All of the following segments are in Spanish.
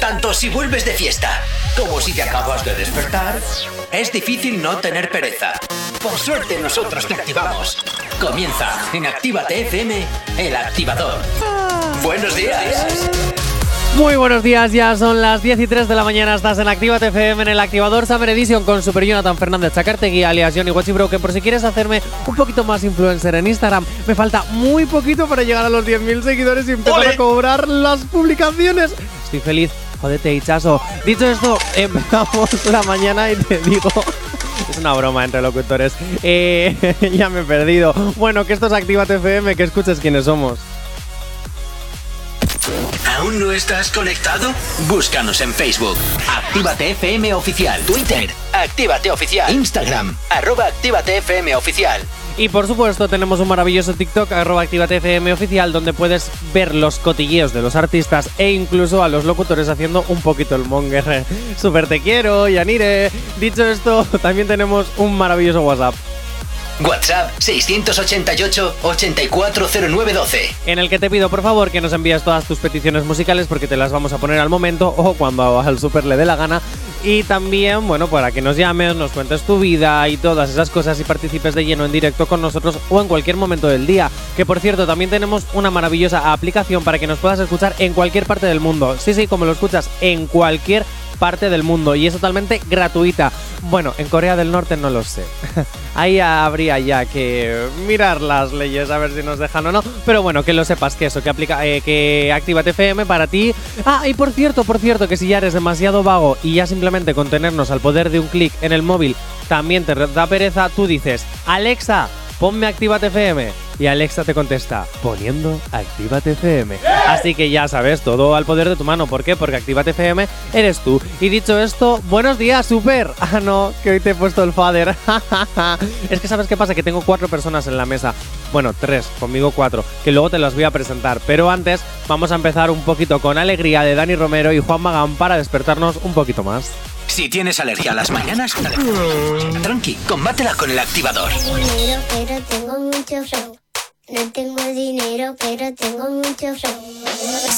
Tanto si vuelves de fiesta como si te acabas de despertar, es difícil no tener pereza. Por suerte nosotros te activamos. Comienza en Actívate FM, el activador. Buenos días. Muy buenos días, ya son las 10 y 3 de la mañana, estás en Activa FM en el Activador Summer Edition con Super Jonathan Fernández Chacartegui, alias Johnny Watchybroken. Por si quieres hacerme un poquito más influencer en Instagram, me falta muy poquito para llegar a los 10.000 seguidores y empezar a cobrar las publicaciones. Estoy feliz, jodete, hichazo. Dicho esto, empezamos la mañana y te digo... Es una broma entre locutores. Eh, ya me he perdido. Bueno, que esto es Activa FM, que escuches quiénes somos. ¿Aún no estás conectado? Búscanos en Facebook. Actívate FM Oficial. Twitter. Actívate Oficial. Instagram. Arroba Actívate FM Oficial. Y por supuesto tenemos un maravilloso TikTok, arroba Actívate FM oficial, donde puedes ver los cotilleos de los artistas e incluso a los locutores haciendo un poquito el monger. Super te quiero, Yanire. Dicho esto, también tenemos un maravilloso WhatsApp. WhatsApp 688-840912. En el que te pido por favor que nos envíes todas tus peticiones musicales porque te las vamos a poner al momento o cuando al super le dé la gana. Y también, bueno, para que nos llames, nos cuentes tu vida y todas esas cosas y participes de lleno en directo con nosotros o en cualquier momento del día. Que por cierto, también tenemos una maravillosa aplicación para que nos puedas escuchar en cualquier parte del mundo. Sí, sí, como lo escuchas, en cualquier parte del mundo y es totalmente gratuita. Bueno, en Corea del Norte no lo sé. Ahí habría ya que mirar las leyes a ver si nos dejan o no. Pero bueno, que lo sepas que eso, que aplica, eh, que activa FM para ti. Ah, y por cierto, por cierto, que si ya eres demasiado vago y ya simplemente con tenernos al poder de un clic en el móvil también te da pereza, tú dices, Alexa, ponme Actívate FM. Y Alexa te contesta, poniendo Actívate FM. Así que ya sabes, todo al poder de tu mano. ¿Por qué? Porque Actívate FM eres tú. Y dicho esto, buenos días, super. Ah, no, que hoy te he puesto el fader. es que sabes qué pasa, que tengo cuatro personas en la mesa. Bueno, tres, conmigo cuatro, que luego te las voy a presentar. Pero antes, vamos a empezar un poquito con alegría de Dani Romero y Juan Magán para despertarnos un poquito más. Si tienes alergia a las mañanas, tranqui, combátela con el activador. dinero, pero tengo mucho flow. No tengo dinero, pero tengo mucho flow.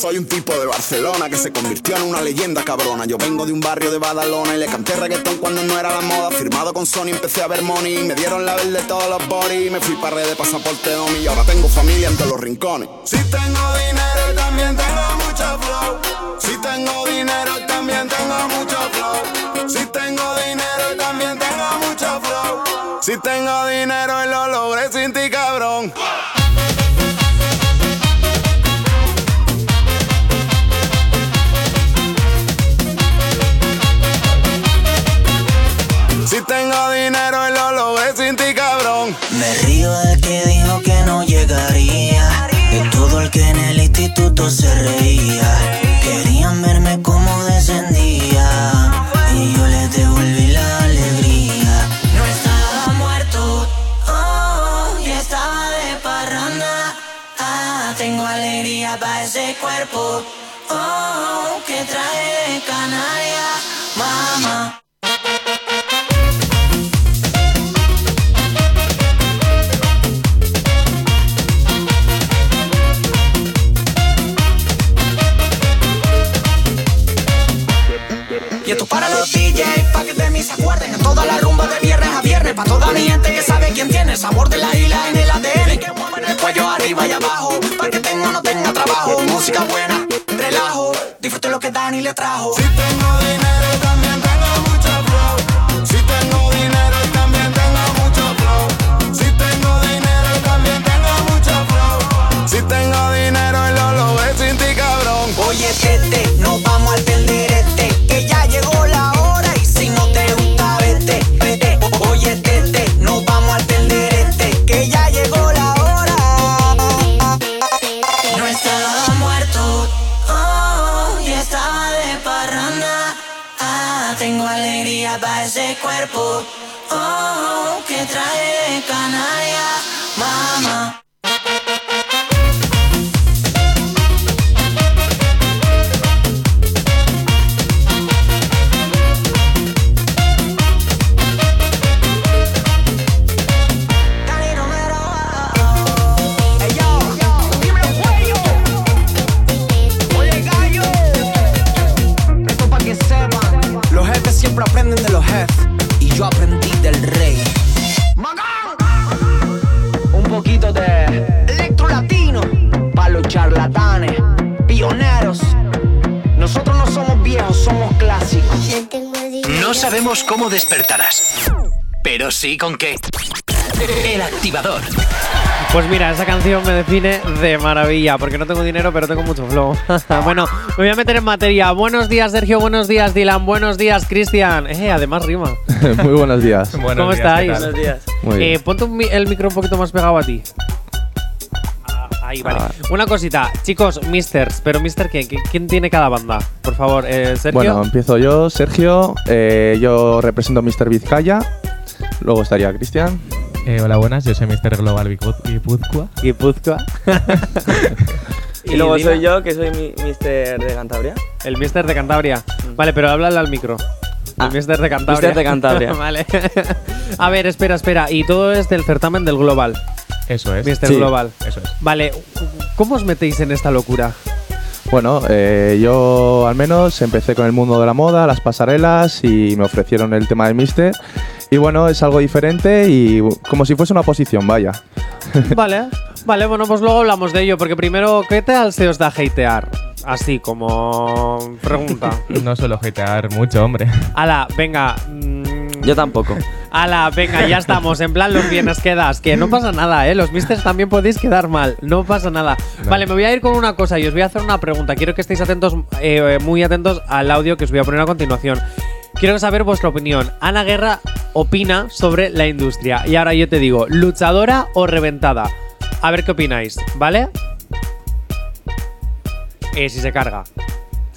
Soy un tipo de Barcelona que se convirtió en una leyenda cabrona. Yo vengo de un barrio de Badalona y le canté reggaetón cuando no era la moda. Firmado con Sony empecé a ver money. Me dieron la verde de todos los body. Me fui para red de pasaporte domi y ahora tengo familia en todos los rincones. Si tengo dinero y también tengo mucho flow. Si tengo dinero y también tengo mucho flow. Si tengo dinero y también tengo mucho flow. Si tengo dinero y lo logré sin ti cabrón. Si tengo dinero y lo logré sin ti cabrón. Me río del que dijo que no llegaría. De todo el que en el instituto se reía. Querían verme como descendía. Y yo les devolví la alegría. No estaba muerto, oh, ya estaba de parranda. Ah, tengo alegría para ese cuerpo, oh, que trae de Canarias, mamá. Y esto es para los DJs, pa' que de mí se acuerden En toda la rumba de viernes a viernes Pa' toda mi gente que sabe quién tiene el Sabor de la isla en el ADN Que mueven el cuello arriba y abajo Pa' que tenga o no tenga trabajo Música buena, relajo Disfruten lo que Dani le trajo Si tengo dinero y también tengo mucho flow. Si tengo dinero y también tengo mucho flow. Si tengo dinero y también tengo mucho flow. Si tengo dinero y lo logré sin ti cabrón. Oye, tete, no vamos a perder este Que ya llegó la hora y si no te gusta, vete, vete Oye, tete, no vamos a perder este Que ya llegó la hora No estaba muerto, oh, ya estaba de parranda. Ah, tengo alegría para ese cuerpo, oh, que trae de Canarias, mamá. Dani Romero Ey, yo, yo, dime el cuello Oye, gallo No sabemos cómo despertarás, pero sí con qué. El activador. Pues mira, esa canción me define de maravilla, porque no tengo dinero, pero tengo mucho flow. bueno, me voy a meter en materia. Buenos días, Sergio. Buenos días, Dylan. Buenos días, Cristian. Eh, además rima. Muy buenos días. Buenos días, ¿Cómo ¿qué estáis? tal? Muy bien. Eh, ponte un mi- el micro un poquito más pegado a ti. Ah, Ahí, vale. Ah. Una cosita, chicos, misters, pero mister, ¿quién, ¿Qui- quién tiene cada banda? Por favor, eh, Sergio. Bueno, empiezo yo, Sergio. eh, yo represento a Mr. Vizcaya. Luego estaría Cristian. Eh, hola, buenas. Yo soy Mr. Global Bicut- Guipúzcoa. Guipúzcoa. Y luego Dylan, soy yo, que soy mi Mister de Cantabria. Mm. El mister de Cantabria. Vale, pero háblale al micro. Ah, el mister de Cantabria. mister de Cantabria. vale. A ver, espera, espera. Y todo es del certamen del Global. Eso es. Mister Sí. Global. Eso es. Vale, ¿cómo os metéis en esta locura? Bueno, eh, yo al menos empecé con el mundo de la moda, las pasarelas y me ofrecieron el tema de Mister. Y bueno, es algo diferente y u- como si fuese una posición, vaya. Vale, vale, bueno, pues luego hablamos de ello, porque primero, ¿qué tal se os da hatear? Así como pregunta. No suelo jetear mucho, hombre. Ala, venga. mm, Yo tampoco. Ala, venga, ya estamos. En plan, los viernes quedas. Que no pasa nada, ¿eh? Los misters también podéis quedar mal. No pasa nada. Vale, me voy a ir con una cosa y os voy a hacer una pregunta. Quiero que estéis atentos, eh, muy atentos al audio que os voy a poner a continuación. Quiero saber vuestra opinión. Ana Guerra opina sobre la industria. Y ahora yo te digo, ¿luchadora o reventada? A ver qué opináis, ¿vale? Eh, si se carga.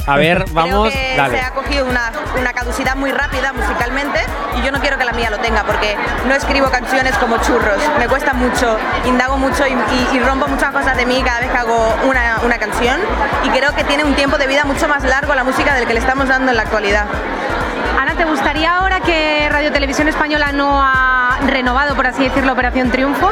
A ver, vamos, Creo que dale. se ha cogido una, una caducidad muy rápida musicalmente y yo no quiero que la mía lo tenga porque no escribo canciones como churros. Me cuesta mucho, indago mucho y, y- y rompo muchas cosas de mí cada vez que hago una, una canción y creo que tiene un tiempo de vida mucho más largo la música del que le estamos dando en la actualidad. Ana, ¿te gustaría ahora que Radio Televisión Española no ha renovado, por así decirlo, Operación Triunfo,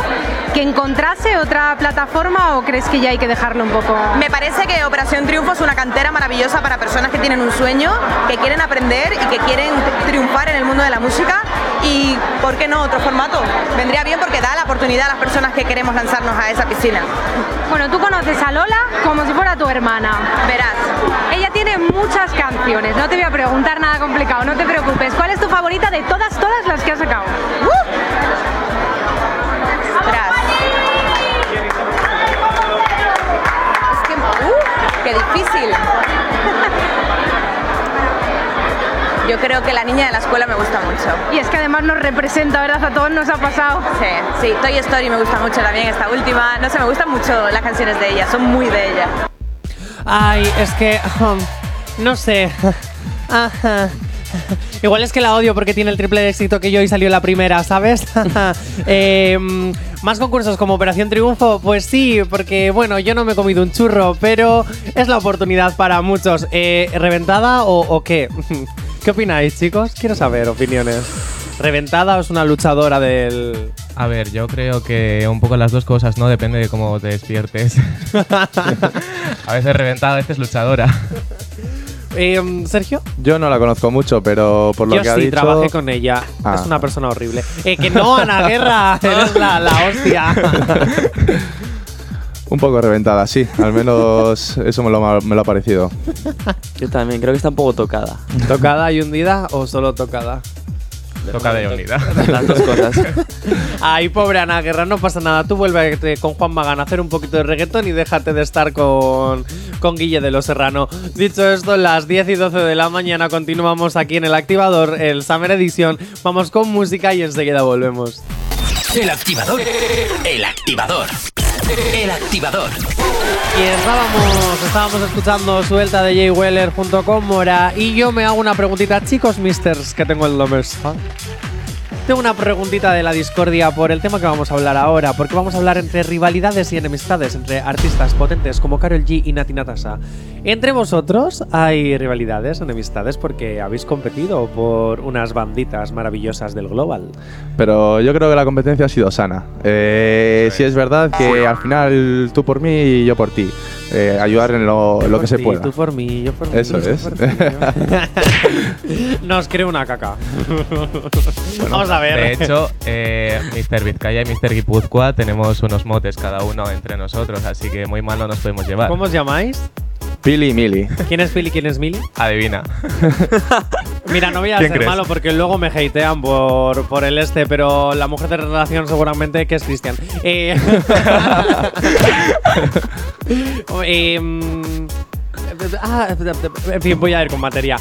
que encontrase otra plataforma o crees que ya hay que dejarlo un poco? Me parece que Operación Triunfo es una cantera maravillosa para personas que tienen un sueño, que quieren aprender y que quieren triunfar en el mundo de la música. Y, ¿por qué no otro formato? Vendría bien porque da la oportunidad a las personas que queremos lanzarnos a esa piscina. Bueno, tú conoces a Lola como si fuera tu hermana. Verás, Ella tiene muchas canciones, no te voy a preguntar nada complicado, no te preocupes. ¿Cuál es tu favorita de todas, todas las que has sacado? verás. Es que, ¡uh! ¡Qué difícil! Yo creo que la niña de la escuela me gusta mucho. Y es que además nos representa, ¿verdad? A todos nos ha pasado. Sí, sí, Toy Story me gusta mucho también, esta última. No sé, me gustan mucho las canciones de ella, son muy de ella. Ay, es que. um, no sé. Ajá. Igual es que la odio porque tiene el triple de éxito que yo y salió la primera, ¿sabes? Eh, mm, Más concursos como Operación Triunfo, pues sí, porque bueno, yo no me he comido un churro, pero es la oportunidad para muchos. Eh, ¿Reventada o, o qué? ¿Qué opináis, chicos? Quiero saber opiniones. ¿Reventada o es una luchadora del, A ver, yo creo que un poco las dos cosas, ¿no? Depende de cómo te despiertes. a veces reventada, a veces luchadora. Eh, Sergio? Yo no la conozco mucho, pero por lo Yo que ha sí dicho. trabajé con ella. Ah. Es una persona horrible. Eh, que no, Ana Guerra, eres la, la hostia. Un poco reventada, sí. Al menos eso me lo, me lo ha parecido. Yo también, creo que está un poco tocada. ¿Tocada y hundida o solo tocada? Toca de unidad. Las dos cosas. Ay, pobre Ana Guerra, no pasa nada. Tú vuelve con Juan Magán a hacer un poquito de reggaetón y déjate de estar con, con Guille de los Serrano. Dicho esto, las 10 y 12 de la mañana continuamos aquí en el activador, el Summer Edition. Vamos con música y enseguida volvemos. El activador. El activador. El activador. Y estábamos, estábamos escuchando Suelta de Jay Weller junto con Mora. Y yo me hago una preguntita, chicos misters, que tengo el domers. Tengo una preguntita de la discordia por el tema que vamos a hablar ahora, porque vamos a hablar entre rivalidades y enemistades entre artistas potentes como Carol G y Nati Natasha. Entre vosotros hay rivalidades, enemistades, porque habéis competido por unas banditas maravillosas del Global. Pero yo creo que la competencia ha sido sana. Eh, sí es verdad que al final tú por mí y yo por ti. Eh, ayudar en lo, lo que se Por ti, pueda. Tú por mí, yo por mí. Eso tú es. por ti, yo. Nos creo una caca. Vamos a ver. De hecho, eh, Mr. Vizcaya y Mr. Guipúzcoa tenemos unos motes cada uno entre nosotros, así que muy mal no nos podemos llevar. ¿Cómo os llamáis? Pili y Mili. ¿Quién es Phil y quién es Mili? Adivina. Mira, no voy a ¿Quién ser crees? malo porque luego me hatean por, por el este, pero la mujer de relación seguramente que es Cristian. Eh, eh, mm, ah, en fin, voy a ir con materia.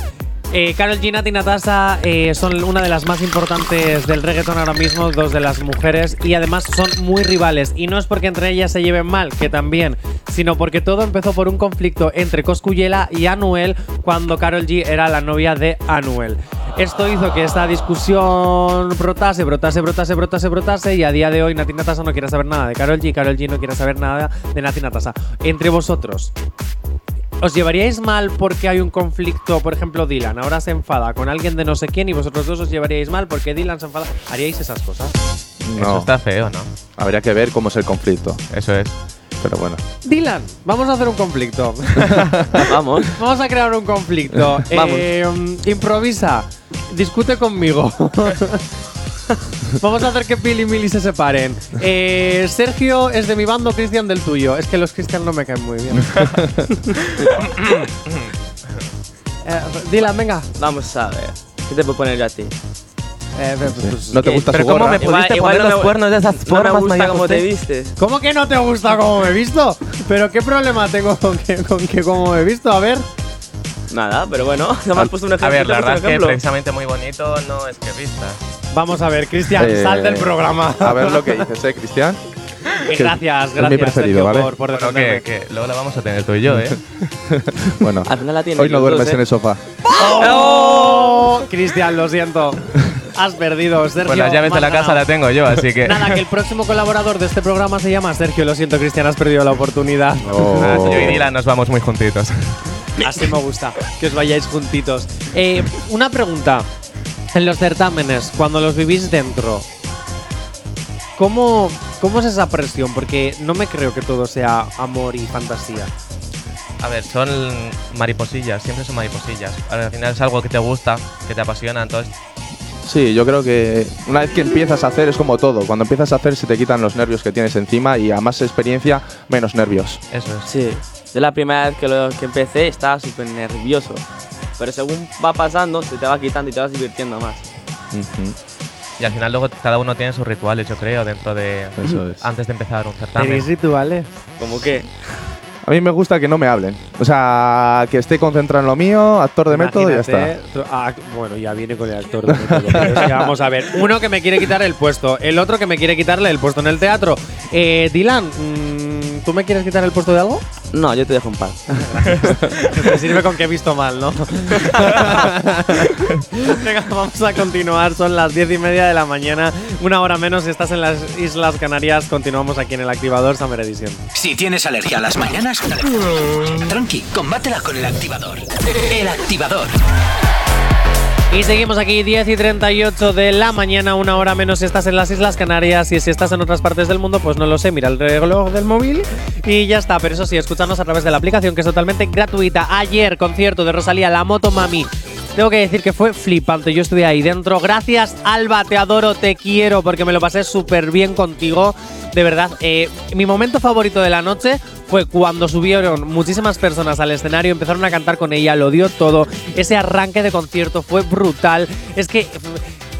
Eh, Carol G, Nat y Natasha eh, son una de las más importantes del reggaeton ahora mismo, dos de las mujeres, y además son muy rivales. Y no es porque entre ellas se lleven mal, que también, sino porque todo empezó por un conflicto entre Coscuyela y Anuel cuando Carol G era la novia de Anuel. Esto hizo que esta discusión brotase, brotase, brotase, brotase, brotase, y a día de hoy Nati Natasha no quiere saber nada de Carol G, Carol G no quiere saber nada de Nati Natasha. Entre vosotros, ¿Os llevaríais mal porque hay un conflicto? Por ejemplo, Dylan ahora se enfada con alguien de no sé quién y vosotros dos os llevaríais mal porque Dylan se enfada. ¿Haríais esas cosas? Eso está feo, ¿no? Habría que ver cómo es el conflicto. Eso es. Pero bueno. Dylan, vamos a hacer un conflicto. Vamos. vamos a crear un conflicto. Vamos. Eh, mm, improvisa. Discute conmigo. Vamos a hacer que Billy y Milly se separen. Eh, Sergio es de mi bando, Cristian del tuyo. Es que los Cristian no me caen muy bien. Eh, Dylan, venga. Vamos a ver. ¿Qué te puedo poner yo a ti? Eh, No te gusta pues, Pero su ¿cómo gorra. me pudiste poner los cuernos de esas No me formas, gusta María cómo te José? vistes. ¿Cómo que no te gusta cómo me he visto? ¿Pero qué problema tengo con que, con que cómo me he visto? A ver. Nada, pero bueno, no me has puesto un ejemplo. A ver, te la he puesto verdad es un que ejemplo. precisamente muy bonito no es que vistas. Vamos a ver, Cristian, Eh, sal del programa. A ver lo que dices, ¿eh, Cristian? Eh, gracias, es mi gracias Sergio, preferido, ¿vale? por, por Bueno, defenderme. que, que luego la vamos a tener tú y yo, ¿eh? Bueno, Al final la tienes hoy los no dos, duermes ¿eh? en el sofá. ¡Oh! Cristian, lo siento. Has perdido, Sergio. pues las llaves de la Maldonado. casa la tengo yo, así que. Nada, que el próximo colaborador de este programa se llama Sergio. Lo siento, Cristian, has perdido la oportunidad. Oh. Ah, Yo y Dylan nos vamos muy juntitos. Así me gusta, que os vayáis juntitos. Eh, una pregunta. En los certámenes, cuando los vivís dentro, ¿cómo, ¿cómo es esa presión? Porque no me creo que todo sea amor y fantasía. A ver, son mariposillas, siempre son mariposillas. Al final es algo que te gusta, que te apasiona, entonces Sí, yo creo que una vez que empiezas a hacer es como todo. Cuando empiezas a hacer se te quitan los nervios que tienes encima y a más experiencia, menos nervios. eso es. Sí, yo la primera vez que, lo, que empecé estaba súper nervioso. Pero según va pasando, se te va quitando y te vas divirtiendo más. Y al final luego cada uno tiene sus rituales, yo creo, dentro de... Eso es. Antes de empezar un certamen. rituales? Como que, A mí me gusta que no me hablen. O sea, que esté concentrado en lo mío, actor de método y ya Imagínate, está. tú- ah, bueno, ya viene con el actor. de método, pero es que vamos a ver. Uno que me quiere quitar el puesto, el otro que me quiere quitarle el puesto en el teatro. Eh, Dylan, mm, ¿tú me quieres quitar el puesto de algo? no, yo te dejo en paz. Me sirve con que he visto mal, ¿no? Venga, vamos a continuar. Son las diez y media de la mañana. Una hora menos si estás en las Islas Canarias. Continuamos aquí en el activador Summer Edition. Si tienes alergia a las mañanas, tranqui, combátela con el activador. El activador. Y seguimos aquí, 10 y 38 de la mañana, una hora menos si estás en las Islas Canarias y si estás en otras partes del mundo, pues no lo sé, mira el reloj del móvil y ya está. Pero eso sí, escucharnos a través de la aplicación que es totalmente gratuita. Ayer, concierto de Rosalía, La Moto Mami. Tengo que decir que fue flipante, yo estuve ahí dentro. Gracias, Alba, te adoro, te quiero, porque me lo pasé súper bien contigo. De verdad, eh, mi momento favorito de la noche fue cuando subieron muchísimas personas al escenario, empezaron a cantar con ella, lo dio todo. Ese arranque de concierto fue brutal. Es que,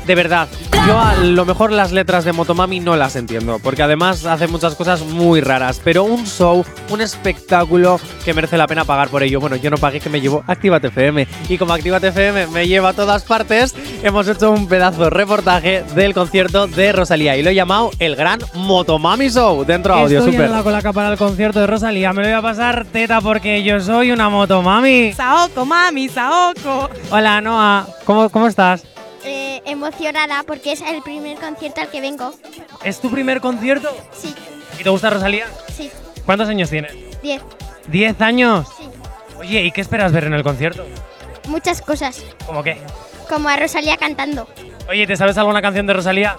de verdad, yo a lo mejor las letras de Motomami no las entiendo, porque además hace muchas cosas muy raras, pero un show, un espectáculo que merece la pena pagar por ello. Bueno, yo no pagué que me llevó Actívate FM. Y como Actívate FM me lleva a todas partes, hemos hecho un pedazo de reportaje del concierto de Rosalía y lo he llamado el gran Motomami Show. Dentro audio, Estoy súper. en la colaca para el concierto de Rosalía. Me lo voy a pasar teta porque yo soy una motomami. Saoko, mami, Saoko. Hola, Noa. ¿Cómo, ¿Cómo estás? Eh, emocionada porque es el primer concierto al que vengo. ¿Es tu primer concierto? Sí, ¿Y te gusta Rosalía? sí, ¿Cuántos años tienes? 10. ¿Diez años? Sí. Oye, ¿y qué esperas ver en el concierto? Muchas cosas, ¿Cómo qué? como a Rosalía cantando. Oye, ¿te sabes alguna canción de Rosalía?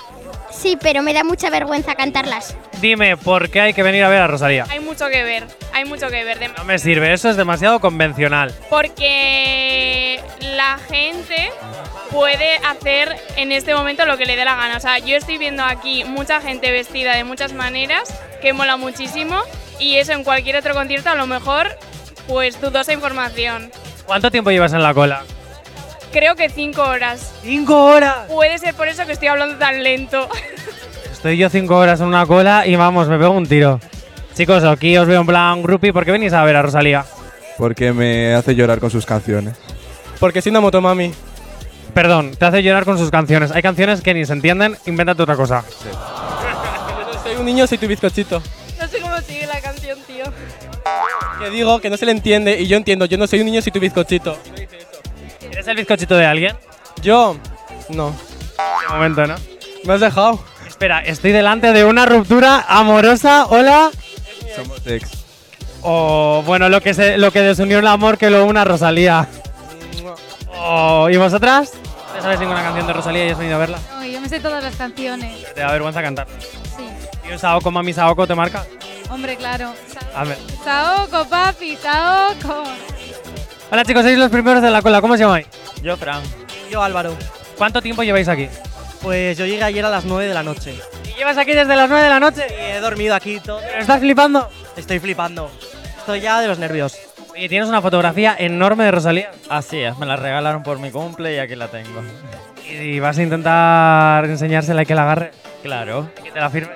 Sí, pero me da mucha vergüenza cantarlas. Dime, ¿por qué hay que venir a ver a Rosalía? Hay mucho que ver, hay mucho que ver. de- No me sirve, eso es demasiado convencional. Porque la gente puede hacer en este momento lo que le dé la gana. O sea, yo estoy viendo aquí mucha gente vestida de muchas maneras, que mola muchísimo, y eso en cualquier otro concierto a lo mejor, pues dudosa información. ¿Cuánto tiempo llevas en la cola? creo que cinco horas. ¡Cinco horas! Puede ser por eso que estoy hablando tan lento. Estoy yo cinco horas en una cola y vamos, me pego un tiro. Chicos, aquí os veo en plan groupie. ¿Por qué venís a ver a Rosalía? Porque me hace llorar con sus canciones. Porque soy una motomami. Perdón, te hace llorar con sus canciones. Hay canciones que ni se entienden, invéntate otra cosa. Soy un niño, soy tu bizcochito. No sé cómo sigue la canción, tío. Que digo que no se le entiende y yo entiendo, yo no soy un niño, soy tu bizcochito. ¿Eres el bizcochito de alguien? Yo, no. De momento, ¿no? Me has dejado. Espera, estoy delante de una ruptura amorosa. Hola. Somos ex. O bueno, lo que, se, lo que desunió el amor que lo una Rosalía. Oh, ¿Y vosotras? ¿Te sabes ninguna canción de Rosalía y has venido a verla? No, yo me sé todas las canciones. Te da vergüenza cantar. Sí. ¿Y un Saoko, mami Saoko, te marca? Hombre, claro. A ver. Saoko, papi, Saoko. Hola chicos, sois los primeros de la cola. ¿Cómo os llamáis? Yo, Fran. Yo, Álvaro. ¿Cuánto tiempo lleváis aquí? Pues yo llegué ayer a las 9 de la noche. ¿Y llevas aquí desde las 9 de la noche? Y he dormido aquí todo. ¿Estás flipando? Estoy flipando. Estoy ya de los nervios. Oye, tienes una fotografía enorme de Rosalía. Así es, me la regalaron por mi cumple y aquí la tengo. ¿Y vas a intentar enseñársela y que la agarre? Claro. ¿Y que te la firme?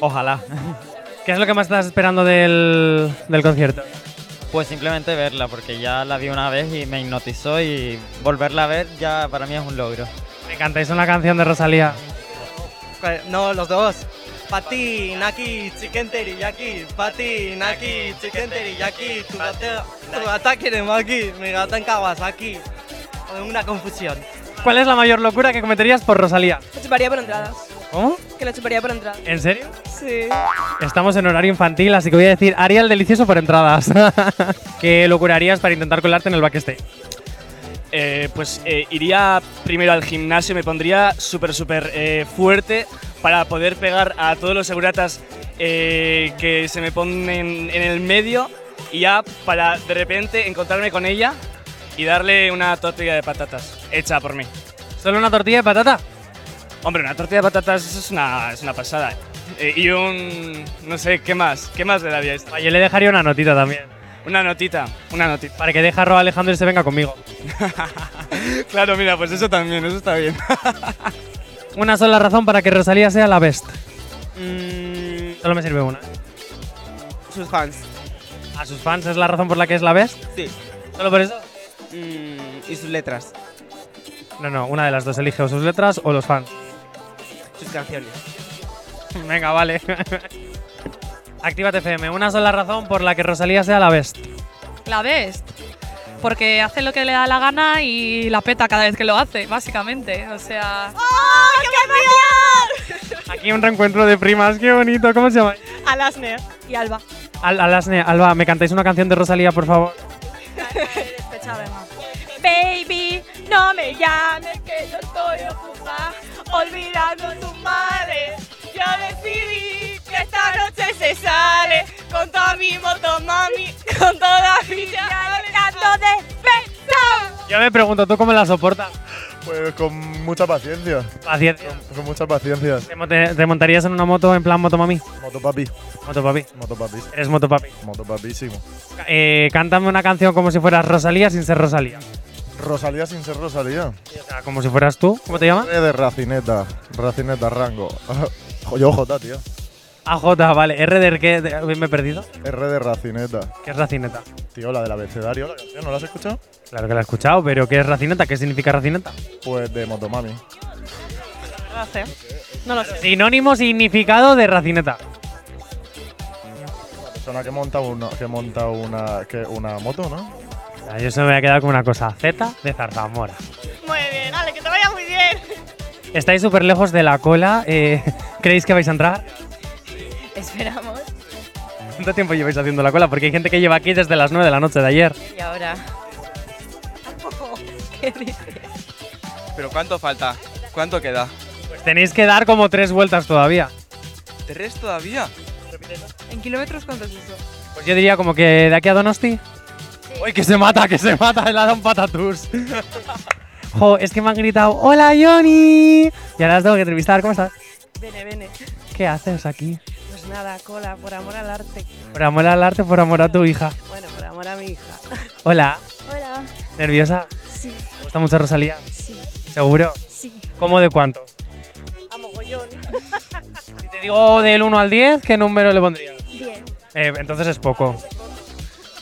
Ojalá. ¿Qué es lo que más estás esperando del, del concierto? Pues simplemente verla, porque ya la vi una vez y me hipnotizó y volverla a ver ya para mí es un logro. Me cantáis una canción de Rosalía. No, los dos. Pati, Naki, Chicken Teriyaki. Pati, Naki, Chicken Teriyaki. Tu gata, tu gata quiere Maki. Mi gata en Kawasaki. Una confusión. ¿Cuál es la mayor locura que cometerías por Rosalía? Lo chuparía por entradas. ¿Cómo? Que lo chuparía por entradas. Eh. ¿En serio? Sí. Estamos en horario infantil, así que voy a decir Ariel Delicioso por entradas. ¿Qué locura harías para intentar colarte en el backstage? Eh, pues eh, iría primero al gimnasio, me pondría súper, súper eh, fuerte para poder pegar a todos los seguratas eh, que se me ponen en, en el medio y ya para de repente encontrarme con ella y darle una tortilla de patatas hecha por mí. ¿Solo una tortilla de patata? Hombre, una tortilla de patatas eso es una, es una pasada. Eh, y un... no sé, ¿qué más? ¿Qué más le daría esto? Yo le dejaría una notita también. Una notita, una notita. Para que deje a Roa Alejandro y se venga conmigo. claro, mira, pues eso también, eso está bien. Una sola razón para que Rosalía sea la best. Mm, Solo me sirve una. Sus fans. ¿A sus fans es la razón por la que es la best? Sí. ¿Solo por eso? Mm, y sus letras. No, no, una de las dos elige o sus letras o los fans. Sus canciones. Venga, vale. Actívate FM, una sola razón por la que Rosalía sea la best. La ves. Porque hace lo que le da la gana y la peta cada vez que lo hace, básicamente. O sea. ¡Oh, qué Aquí un reencuentro de primas, qué bonito, ¿cómo se llama? emoción! Alasner y Alba. Al Alasne, Alba, ¿me cantáis una canción de Rosalía, por favor? Oh. Baby, no me llames que yo estoy ocupada olvidando tus males. Yo decidí que esta noche se sale con toda mi motomami, con toda mi tanto de Yo me pregunto, ¿tú cómo la soportas? Pues con mucha paciencia. Paciencia. Con, con mucha paciencia. ¿Te, monte- te montarías en una moto en plan motomami? Motopapi. Motopapi. Motopapi. Eres motopapi. Motopapísimo. Eh, cántame una canción como si fueras Rosalía sin ser Rosalía. Rosalía sin ser Rosalía. O sea, como si fueras tú. ¿Cómo te llamas? De Racineta. Racineta Rango. Yo J, tío. AJ, vale. ¿R de qué? De- uy, ¿Me he perdido? R de Racineta. ¿Qué es Racineta? Tío, la del abecedario, la canción, ¿no la has escuchado? Claro que la he escuchado, pero ¿qué es Racineta? ¿Qué significa Racineta? Pues de Motomami. No lo sé. No lo sé. Sinónimo significado de Racineta. La persona que monta una, que monta una, que una moto, ¿no? Ah, Yo se me voy a quedar con una cosa. Z de Zarzamora. Muy bien, Ale, que te vaya muy bien. Estáis súper lejos de la cola. eh, ¿Creéis que vais a entrar? Esperamos. ¿Cuánto tiempo lleváis haciendo la cola? Porque hay gente que lleva aquí desde las 9 de la noche de ayer. Y ahora. ¿Qué dices? Pero ¿cuánto falta? ¿Cuánto queda? Pues tenéis que dar como tres vueltas todavía. ¿Tres todavía? ¿En kilómetros cuánto es eso? Pues yo diría como que de aquí a Donosti. ¡Uy, que se mata, que se mata! Le ha dado un patatús. Jo, es que me han gritado, ¡Hola, Johnny! Y ahora las tengo que entrevistar. ¿Cómo estás? Vene, vene. ¿Qué haces aquí? Pues nada, cola, por amor al arte. Por amor al arte, por amor a tu hija. Bueno, por amor a mi hija. Hola, Hola. ¿nerviosa? Sí, ¿Te gusta mucho Rosalía? sí, ¿Seguro? sí. ¿Cómo de cuánto? A mogollón. Si te digo del 1 al 10, ¿qué número le pondrías? Bien. Eh, entonces es poco.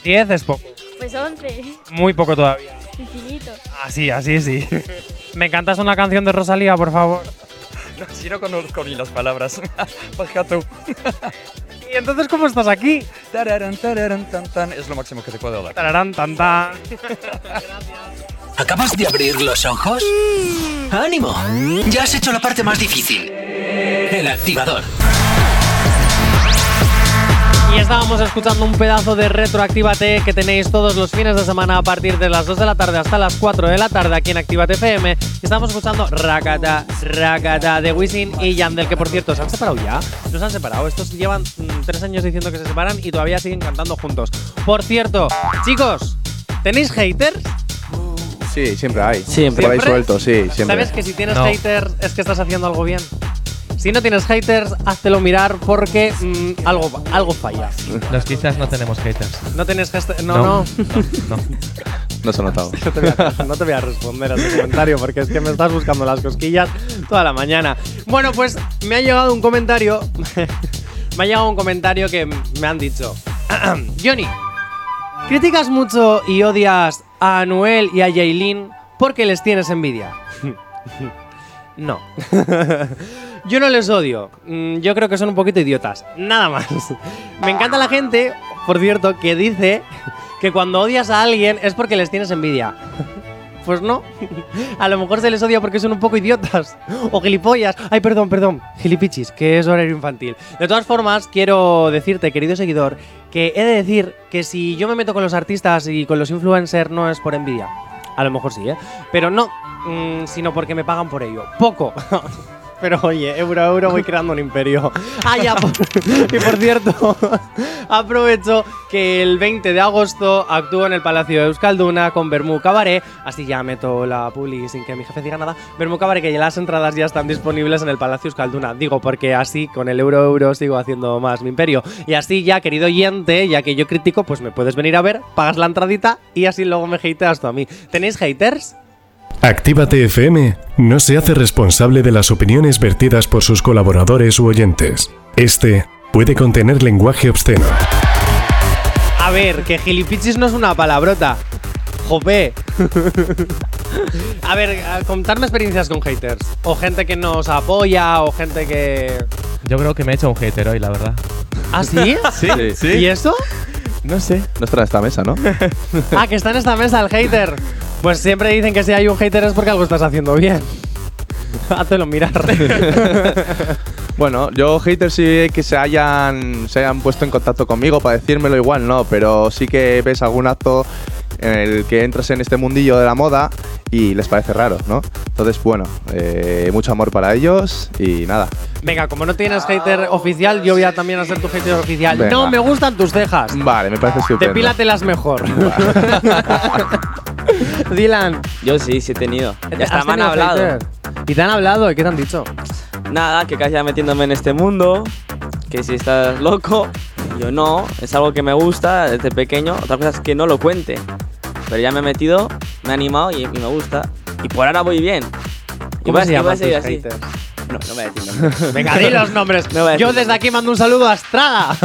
10 es poco. Pues 11. Muy poco todavía. Infinito. Así, así, sí. ¿Me cantas una canción de Rosalía, por favor? No, si no conozco ni las palabras. Pues, Baja tú. ¿Y entonces cómo estás aquí? Tararán, tararán, tan, tan. Es lo máximo que te puedo dar. Tararán, tan, tan. ¿Acabas de abrir los ojos? ¡Ánimo! Ya has hecho la parte más difícil. El activador. Y estábamos escuchando un pedazo de Retroactívate que tenéis todos los fines de semana a partir de las 2 de la tarde hasta las 4 de la tarde aquí en Actívate FM. Estamos escuchando Racata, Racata de Wisin y Yandel, que por cierto, ¿se han separado ya? No se han separado. Estos llevan mm, tres años diciendo que se separan y todavía siguen cantando juntos. Por cierto, chicos, ¿tenéis haters? Sí, siempre hay. Siempre. Por ¿Siempre? ahí suelto, sí, siempre. ¿Sabes que si tienes haters es que estás haciendo algo bien? Si no tienes haters, háztelo mirar porque mm, algo, algo falla. Los quizás no tenemos haters. No tenés hashtag. no. no. No, no. No se ha notado. No te, voy a, no te voy a responder a tu comentario porque es que me estás buscando las cosquillas toda la mañana. Bueno, pues me ha llegado un comentario. me ha llegado un comentario que me han dicho. Johnny, criticas mucho y odias a Anuel y a Jaylin porque les tienes envidia. No. Yo no les odio. Mm, Yo creo que son un poquito idiotas. Nada más. Me encanta la gente, por cierto, que dice que cuando odias a alguien es porque les tienes envidia. Pues no. A lo mejor se les odia porque son un poco idiotas. O gilipollas. Ay, perdón, perdón. Gilipichis, que es horario infantil. De todas formas, quiero decirte, querido seguidor, que he de decir que si yo me meto con los artistas y con los influencers no es por envidia. A lo mejor sí, ¿eh? Pero no, mm, sino porque me pagan por ello. Poco. Pero oye, euro a euro voy creando un imperio. Ah, ya, por- y por cierto, aprovecho que el 20 de agosto actúo en el Palacio de Euskalduna con Bermú Cabaret. Así ya meto la publi sin que mi jefe diga nada. Bermú Cabaret, que ya las entradas ya están disponibles en el Palacio Euskalduna. Digo, porque así con el euro a euro sigo haciendo más mi imperio. Y así ya, querido oyente, ya que yo critico, pues me puedes venir a ver, pagas la entradita y así luego me hateas tú a mí. ¿Tenéis haters? Actívate FM no se hace responsable de las opiniones vertidas por sus colaboradores u oyentes. Este puede contener lenguaje obsceno. A ver, que gilipichis no es una palabrota. Jope. a ver, a- contarme experiencias con haters. O gente que nos apoya, o gente que. Yo creo que me he hecho un hater hoy, la verdad. ¿Ah, sí? Sí, sí. ¿Y esto? No sé. No estará esta mesa, ¿no? Ah, que está en esta mesa el hater. Pues siempre dicen que si hay un hater es porque algo estás haciendo bien. Hátelo mirar. Bueno, yo haters sí que se hayan, se hayan puesto en contacto conmigo para decírmelo igual, no, pero sí que ves algún acto en el que entras en este mundillo de la moda y les parece raro, ¿no? Entonces, bueno, eh, mucho amor para ellos y nada. Venga, como no tienes hater oficial, yo voy a también hacer tu hater oficial. Venga. No me gustan tus cejas. Vale, me parece estupendo. Depílatelas mejor. Dylan. Yo sí, sí he tenido. Ya ¿has hasta me han tenido hablado. hater? ¿Y te han hablado? ¿Y qué te han dicho? Nada, que casi ya metiéndome en este mundo, que si estás loco, yo no, es algo que me gusta desde pequeño, otra cosa es que no lo cuente, pero ya me he metido, me he animado y, y me gusta, y por ahora voy bien. Y ¿Cómo va- se y va a llaman tus seguir así. haters? No, no voy a decir nombres. Venga, di los nombres. No voy a decir Yo desde aquí mando un saludo a Estrada.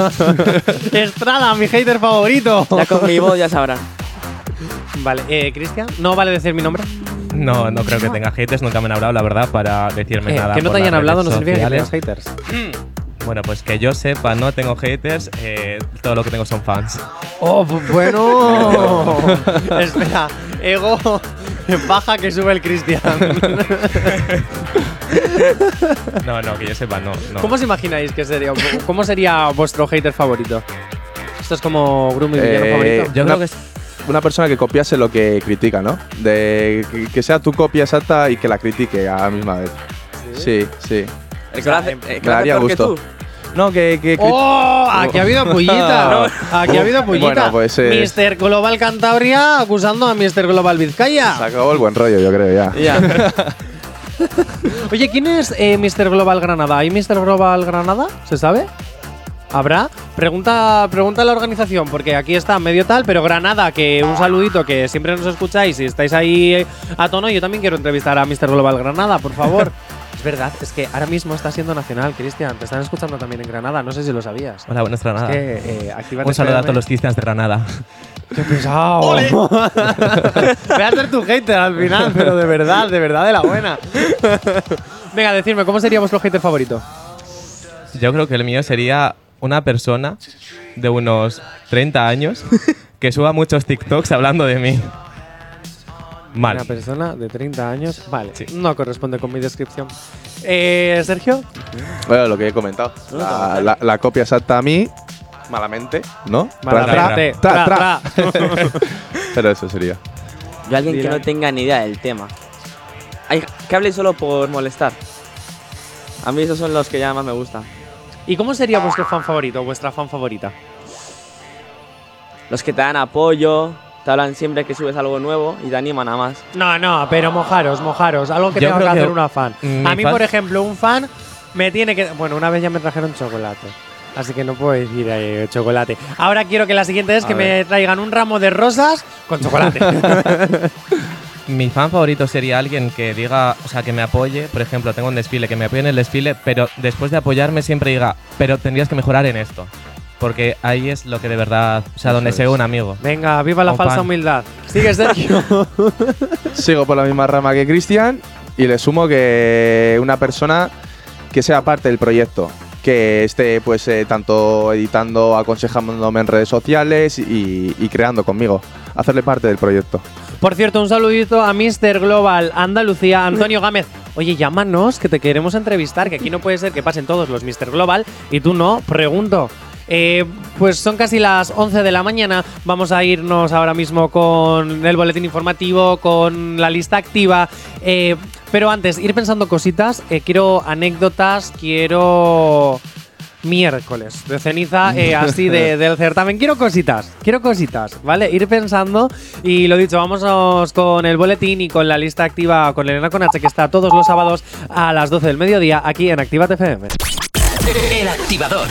Estrada, mi hater favorito. Ya con mi voz ya sabrán. Vale, eh, Cristian, ¿no vale decir mi nombre? No, no creo que tenga haters, nunca me han hablado, la verdad, para decirme Eh, nada. que no por te hayan las hablado redes no significa que sociales. tengas haters. Bueno, pues que yo sepa, no tengo haters, eh, todo lo que tengo son fans. Oh, bu- bueno. Espera, ego, baja que sube el Cristian. No, no, que yo sepa, no. no. ¿Cómo os imagináis que sería? ¿Cómo sería vuestro hater favorito? Esto es como Grumi villano Eh, favorito. una, una persona que copiase lo que critica, ¿no? De que, que sea tu copia exacta y que la critique a la misma vez. Sí, sí. El que lo hace, el que lo Me hace daría Eh, peor que gusto. tú. No, que. que cri- ¡Oh! Aquí ha habido pullita. Aquí ha habido pullita. Bueno, pues. eh, Mr. Global Cantabria acusando a Mr. Global se Vizcaya. acabó el buen rollo, yo creo, ya. Oye, ¿quién es eh, Mr. Global Granada? ¿Hay Mr. Global Granada? ¿Se sabe? ¿Habrá? Pregunta, pregunta a la organización, porque aquí está medio tal, pero Granada, que un saludito, que siempre nos escucháis y estáis ahí eh, a tono. Yo también quiero entrevistar a Mr. Global Granada, por favor. es verdad, es que ahora mismo está siendo nacional, Cristian. Te están escuchando también en Granada, no sé si lo sabías. Hola, buenas Granada. Es que, eh, actívate, Un saludo a espérame. todos los cristians de Granada. ¡Qué pesado! Voy a ser tu hater al final, pero de verdad, de verdad, de la buena. Venga, decirme, ¿cómo sería vuestro hater favorito? Yo creo que el mío sería una persona de unos 30 años que suba muchos TikToks hablando de mí. Mal. Una persona de 30 años. Vale, no corresponde con mi descripción. Eh, Sergio. Bueno, lo que he comentado. La, la- la copia exacta a mí, malamente, ¿no? Tra, tra, Malamente, tra, tra, tra. tra. Pero eso sería. Yo alguien que Dirán. no tenga ni idea del tema. Hay- que hable solo por molestar. A mí esos son los que ya más me gustan. ¿Y cómo sería vuestro fan favorito o vuestra fan favorita? Los que te dan apoyo, te hablan siempre que subes algo nuevo y te animan a más. No, no, pero mojaros, mojaros. Algo que Yo tenga que creo que hacer una fan. mi A mí, fan- por ejemplo, un fan me tiene que. Bueno, una vez ya me trajeron chocolate. Así que no puedo decir eh, chocolate. Ah, Ahora quiero que la siguiente es A que me ver. traigan un ramo de rosas con chocolate. Mi fan favorito sería alguien que diga, o sea, que me apoye. Por ejemplo, tengo un desfile, que me apoye en el desfile, pero después de apoyarme siempre diga, pero tendrías que mejorar en esto. Porque ahí es lo que de verdad, o sea, donde Eso se ve es. un amigo. Venga, viva la Un falsa fan. humildad. Sigue, Sergio. Sigo por la misma rama que Cristian y le sumo que una persona que sea parte del proyecto, que esté pues eh, tanto editando, aconsejándome en redes sociales y, y creando conmigo, hacerle parte del proyecto. Por cierto, un saludito a Mr. Global Andalucía, Antonio Gámez. Oye, llámanos, que te queremos entrevistar, que aquí no puede ser que pasen todos los Mr. Global y tú no, pregunto. Eh, pues son casi las 11 de la mañana, vamos a irnos ahora mismo con el boletín informativo, con la lista activa. Eh, pero antes, ir pensando cositas, eh, quiero anécdotas, quiero miércoles de ceniza, eh, así de, del certamen. Quiero cositas, quiero cositas, ¿vale? Ir pensando. Y lo dicho, vámonos con el boletín y con la lista activa con Elena Conache, que está todos los sábados a las 12 del mediodía aquí en Activa FM. El activador.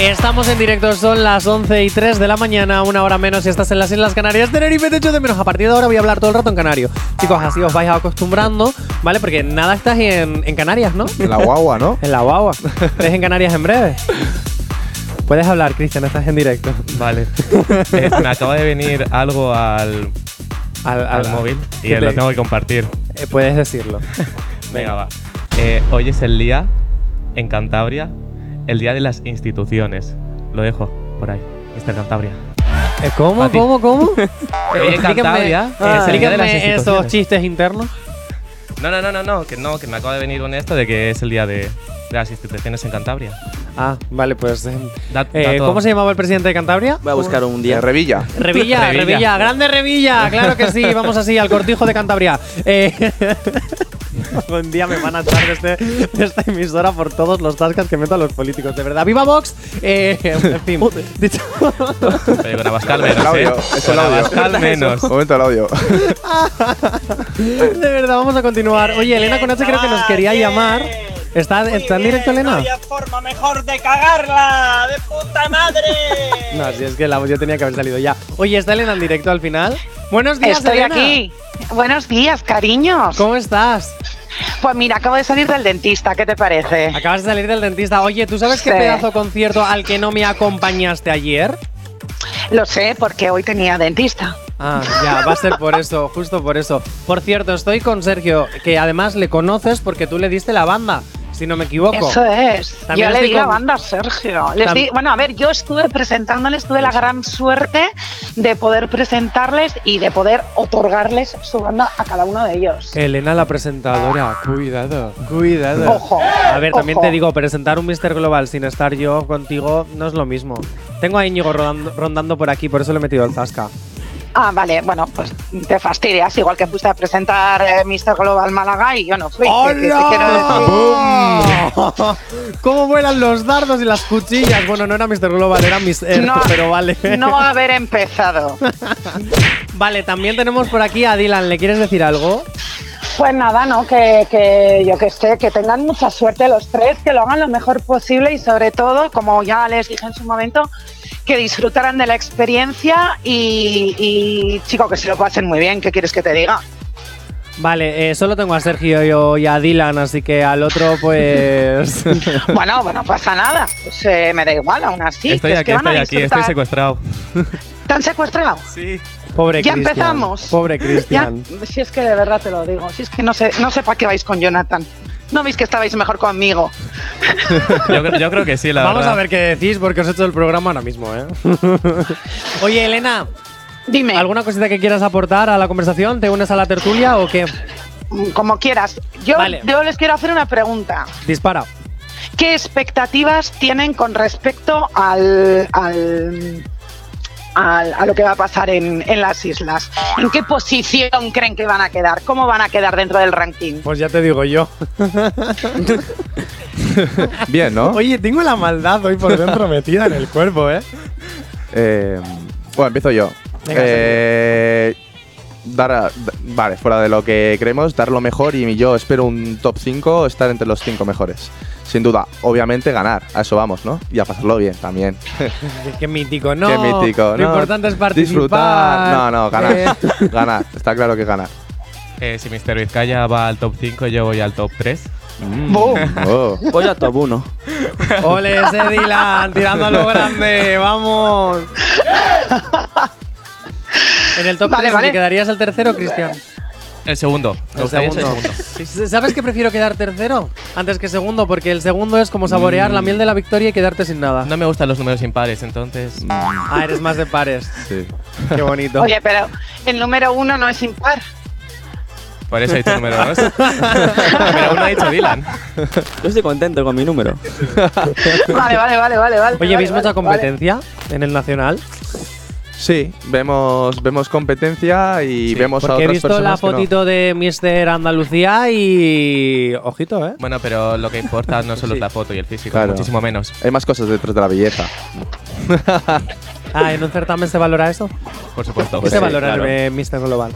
Estamos en directo, son las 11 y 3 de la mañana, una hora menos si estás en las Islas Canarias. Tenerife, te echo de menos. A partir de ahora voy a hablar todo el rato en canario. Chicos, así os vais acostumbrando, ¿vale? Porque nada estás en, en Canarias, ¿no? En la guagua, ¿no? en la guagua. ¿Estés en Canarias en breve? Puedes hablar, Cristian, estás en directo. Vale. Eh, me acaba de venir algo al, al, al- móvil y ¿Qué te- lo tengo que compartir. Eh, puedes decirlo. Venga, va. Eh, hoy es el día en Cantabria, el día de las instituciones. Lo dejo por ahí, Mr. Cantabria. Eh, ¿Cómo, cómo, cómo? Oye, Cantabria, eh, sería Explíquenme- de explíquenme las instituciones. esos chistes internos. No, no, no, no, no, que no, que me acaba de venir con esto de que es el día de, de las instituciones en Cantabria. Ah, vale, pues. eh, Da- da eh, todo. ¿Cómo se llamaba el presidente de Cantabria? Voy a buscar un día. De Revilla. Revilla, Revilla, Revilla. grande Revilla, claro que sí, vamos así, al cortijo de Cantabria. Eh, Buen día me van a echar de, este- de esta emisora por todos los tascas que meto a los políticos, de verdad. ¡Viva Vox! Eh, en fin, dicho, Pero con Abascal menos, el audio, ¿eh? es el Con audio. Abascal menos. Momento el audio. de verdad, vamos a continuar. Oye, Elena Conache creo que nos quería llamar. ¿Está, está en directo, Elena? forma mejor de cagarla, de puta madre. No, si es que la voz yo tenía que haber salido ya. Oye, ¿está Elena en directo al final? Buenos días, Estoy Elena. aquí. Buenos días, cariños. ¿Cómo estás? Pues mira, acabo de salir del dentista, ¿qué te parece? Acabas de salir del dentista. Oye, ¿tú sabes qué Sí. pedazo de concierto al que no me acompañaste ayer? Lo sé porque hoy tenía dentista. Ah, ya, va a ser por eso, justo por eso. Por cierto, estoy con Sergio, que además le conoces porque tú le diste la banda, si no me equivoco. Eso es. También yo le estoy di la con- banda a Sergio. Les Tam- di- bueno, a ver, yo estuve presentándoles, tuve la gran suerte de poder presentarles y de poder otorgarles su banda a cada uno de ellos. Elena la presentadora, cuidado, cuidado. Ojo, A ver, también ojo. te digo, presentar un Mr. Global sin estar yo contigo no es lo mismo. Tengo a Íñigo rodando, rondando por aquí, por eso le he metido el zasca. Ah, vale, bueno, pues te fastidias, igual que fuiste a presentar eh, Mr. Global Málaga y yo no fui. que- que te quiero decir- ¿Cómo vuelan los dardos y las cuchillas? Bueno, no era Mr. Global, era Mr. No, pero vale. no haber empezado. Vale, también tenemos por aquí a Dylan. ¿Le quieres decir algo? Pues nada, ¿no? Que, que yo que sé, que tengan mucha suerte los tres, que lo hagan lo mejor posible y sobre todo, como ya les dije en su momento, que disfrutaran de la experiencia y, y chico, que se lo pasen muy bien, ¿qué quieres que te diga? Vale, eh, solo tengo a Sergio y o- y a Dylan, así que al otro pues... Bueno, bueno, pasa nada, pues eh, me da igual, aún así. Estoy que es aquí, que van a estoy aquí, estoy disfrutar. secuestrado. ¿Te han secuestrado? Sí. Pobre ya Cristian. empezamos. Pobre Ya, Cristian. si es que de verdad te lo digo, si es que no sé, no sé para qué vais con Jonathan. No veis que estabais mejor conmigo. Yo, creo- yo creo que sí, la Vamos verdad. a ver qué decís porque os he hecho el programa ahora mismo, ¿eh? Oye, Elena. Dime. ¿Alguna cosita que quieras aportar a la conversación? ¿Te unes a la tertulia o qué? Mm, Como quieras. Yo, Vale. yo les quiero hacer una pregunta. Dispara. ¿Qué expectativas tienen con respecto al, al- al- a lo que va a pasar en, en las islas? ¿En qué posición creen que van a quedar? ¿Cómo van a quedar dentro del ranking? Pues ya te digo yo. Bien, ¿no? Oye, tengo la maldad hoy por dentro metida en el cuerpo, ¿eh? Eh, bueno, empiezo yo. Venga, Eh, dar a- da- vale, fuera de lo que creemos, dar lo mejor y yo espero un top 5, estar entre los 5 mejores. Sin duda, obviamente ganar, a eso vamos, ¿no? Y a pasarlo bien también. Qué mítico, ¿no? Qué mítico, Lo ¿no? importante es participar. Disfrutar. No, no, ganar. Eh, ganar, está claro que ganar. Eh, si Mr. Vizcaya va al top 5, yo voy al top 3. Mm. Oh. Oh. Voy al top 1. Ole, ese Dylan, tirando a lo grande, vamos. En el top Vale, 3, vale. ¿te quedarías el tercero, Cristian? El segundo. Me El gustaría ser segundo. ¿Sabes que prefiero quedar tercero antes que segundo? Porque el segundo es como saborear Mm. la miel de la victoria y quedarte sin nada. No me gustan los números impares, entonces. Ah, eres más de pares. Sí. Qué bonito. Oye, pero el número uno no es impar. Por eso he dicho número 2. número 1 ha dicho Dylan. Yo estoy contento con mi número. Vale, vale, vale, vale. vale Oye, ¿veis vale, vale, mucha vale. competencia en el nacional? Sí, vemos, vemos competencia y vemos a Porque he otras visto la personas. que no. fotito de Mister Andalucía y. Ojito, ¿eh? Bueno, pero lo que importa no solo es la foto y el físico, Claro. muchísimo menos. Hay más cosas detrás de la belleza. Ah, ¿en un certamen se valora eso? Por supuesto. ¿Qué se sí, valora claro. en Eh, Mister Global?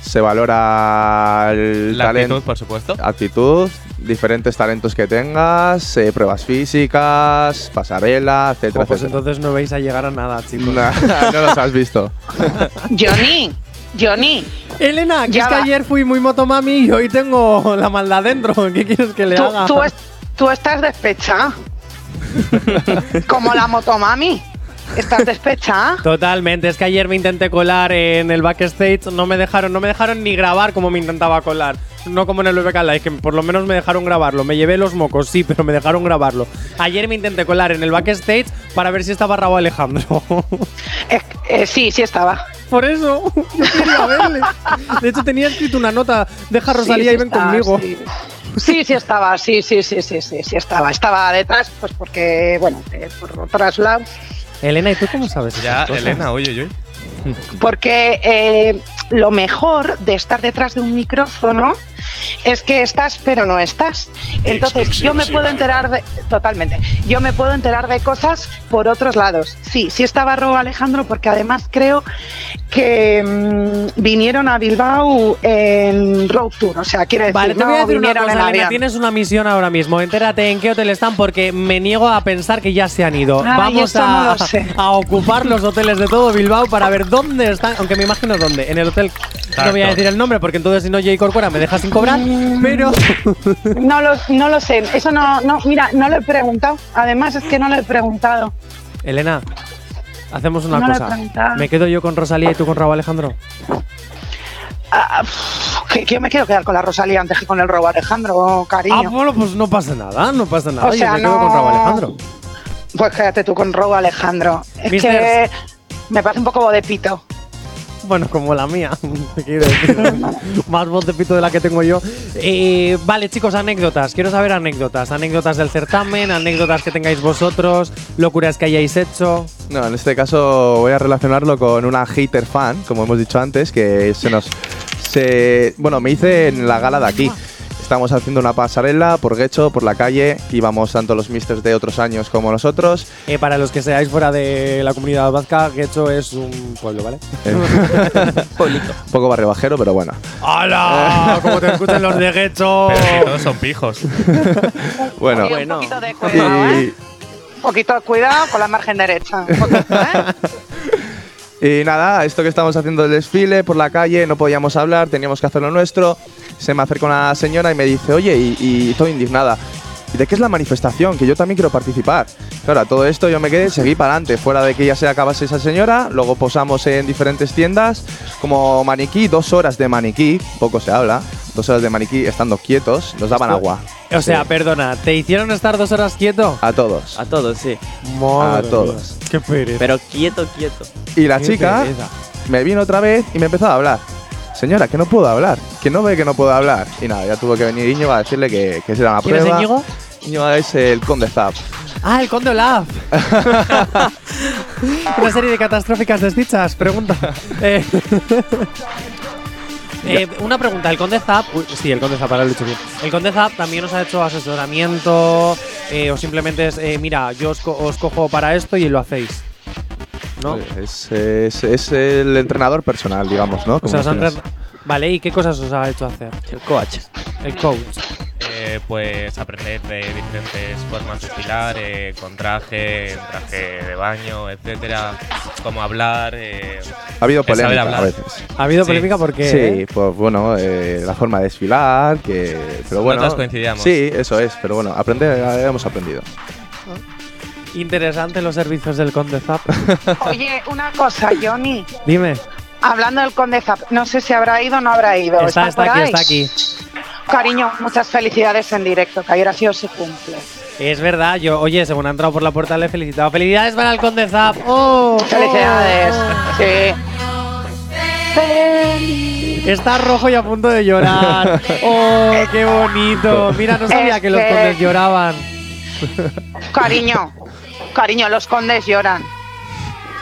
Se valora el La talento. actitud, por supuesto. actitud, diferentes talentos que tengas, eh, pruebas físicas, pasarela, etcétera, Oh, pues etcétera. entonces no vais a llegar a nada, chicos. Nah, no los has visto. Johnny, Johnny. Elena, que Ya es que va. ayer fui muy motomami y hoy tengo la maldad dentro. ¿Qué quieres que le Tú, haga? tú es- tú estás despechada. Como la motomami. Estás despechada. Totalmente, es que ayer me intenté colar en el backstage, no me dejaron, no me dejaron ni grabar como me intentaba colar. No como en el BBK Live, que por lo menos me dejaron grabarlo. Me llevé los mocos, sí, pero me dejaron grabarlo. Ayer me intenté colar en el backstage para ver si estaba Rabo Alejandro. Eh, sí, sí estaba. por eso, yo quería verle. De hecho, tenía escrito una nota, deja a Rosalía Sí, sí y ven estaba, conmigo. Sí. Sí, sí estaba, sí, sí, sí, sí, sí, sí estaba. Estaba detrás, pues porque, bueno, eh, por otros lados. Elena, ¿y tú cómo sabes? esas Ya, cosas? Elena, oye, oye. Porque eh, lo mejor de estar detrás de un micrófono es que estás, pero no estás. Entonces, yo me puedo enterar de. Totalmente. Yo me puedo enterar de cosas por otros lados. Sí, sí estaba Robo Alejandro, porque además creo que mm, vinieron a Bilbao en Road Tour. O sea, quiere decir, Vale, te voy no a decir una vinieron cosa, en Elena, avión. Tienes una misión ahora mismo. Entérate en qué hotel están porque me niego a pensar que ya se han ido. Ay, Vamos Ah, eso a, no lo sé. a ocupar los hoteles de todo Bilbao para ver dónde están, aunque me imagino dónde. En el hotel no voy a Exacto. decir el nombre porque entonces si no Jay Corcuera me deja sin cobrar, pero No lo, no lo sé, eso no, no, mira, no lo he preguntado. Además es que no lo he preguntado. Elena, hacemos una No lo he cosa. preguntado. Me quedo yo con Rosalía y tú con Raúl Alejandro. Ah, pff, que, que yo me quiero quedar con la Rosalía antes que con el robo Alejandro, Ah, cariño. bueno, pues no pasa nada, no pasa nada. O yo sea, me quedo no- con Raúl Alejandro. Pues quédate tú con robo Alejandro. Es que Misters. me parece un poco de pito. Bueno, como la mía, te quiero decir. Más voz de pito de la que tengo yo. Eh, vale, chicos, anécdotas. Quiero saber anécdotas. Anécdotas del certamen, anécdotas que tengáis vosotros, locuras que hayáis hecho. No, en este caso voy a relacionarlo con una hater fan, como hemos dicho antes, que se nos. Se, bueno, me hice en la gala de aquí. Estamos haciendo una pasarela por Guecho, por la calle, y vamos tanto los misters de otros años como nosotros. Eh, para los que seáis fuera de la comunidad vasca, Guecho es un pueblo, ¿vale? Eh. Pueblito. Poco barrio bajero, pero bueno. ¡Hala! ¡Como te escuchan los de Guecho! Pero si todos son pijos. Bueno, Y un poquito de cuidado, Y- ¿eh? Un poquito de cuidado con la margen derecha. Un poquito, ¿eh? Y nada, esto que estamos haciendo el desfile por la calle, no podíamos hablar, teníamos que hacer lo nuestro. Se me acerca una señora y me dice, oye, y, y estoy indignada. ¿Y de qué es la manifestación? Que yo también quiero participar. Claro, a todo esto yo me quedé, seguí para adelante, fuera de que ya se acabase esa señora. Luego posamos en diferentes tiendas, como maniquí, dos horas de maniquí, poco se habla, dos horas de maniquí estando quietos, nos daban agua. O sea, Sí. perdona, ¿te hicieron estar dos horas quieto? a todos. A todos, sí. a todos. Qué pereza. Pero quieto, quieto. Y la Qué chica pereza. me vino otra vez y me empezó a hablar. Señora, que no puedo hablar, que no ve que no puedo hablar. Y nada, ya tuvo que venir Íñigo a decirle que, que era una ¿Quién es prueba. Íñigo? Íñigo es el conde Zap. Ah, el Conde Olaf. Una serie de catastróficas desdichas, pregunta. Eh, eh, una pregunta, el Conde Zap, uy, sí, el Conde Zap, ahora lo he dicho bien. El Conde Zap también os ha hecho asesoramiento eh, o simplemente es, eh, mira, yo os, co- os cojo para esto y lo hacéis. ¿No? Es, es- es el entrenador personal, digamos, ¿no? O Como sea, os han decías. re- Vale, ¿y qué cosas os ha hecho hacer? El coach. El coach. Eh, pues aprender de diferentes formas de estilar, eh, con traje, en traje de baño, etcétera, cómo hablar. eh, ha habido el saber polémica hablar. a veces. Ha habido Sí. polémica porque. Sí, pues bueno, eh, la forma de desfilar, que. Pero bueno. Nosotros coincidíamos. Sí, eso es, pero bueno, aprender, eh, hemos aprendido. Interesante los servicios del Conde Zap. Oye, una cosa, Johnny. Dime. Hablando del Conde Zap, no sé si habrá ido o no habrá ido. Está, está por aquí, ahí? está aquí. Cariño, muchas felicidades en directo, que ayer ha sido su cumple. Es verdad, yo, oye, según ha entrado por la puerta le he felicitado. ¡Felicidades para el Conde Zap! ¡Oh! Felicidades. Sí. Está rojo y a punto de llorar. ¡Oh, qué bonito! Mira, no sabía que los Este- condes lloraban. Cariño, cariño, los condes lloran.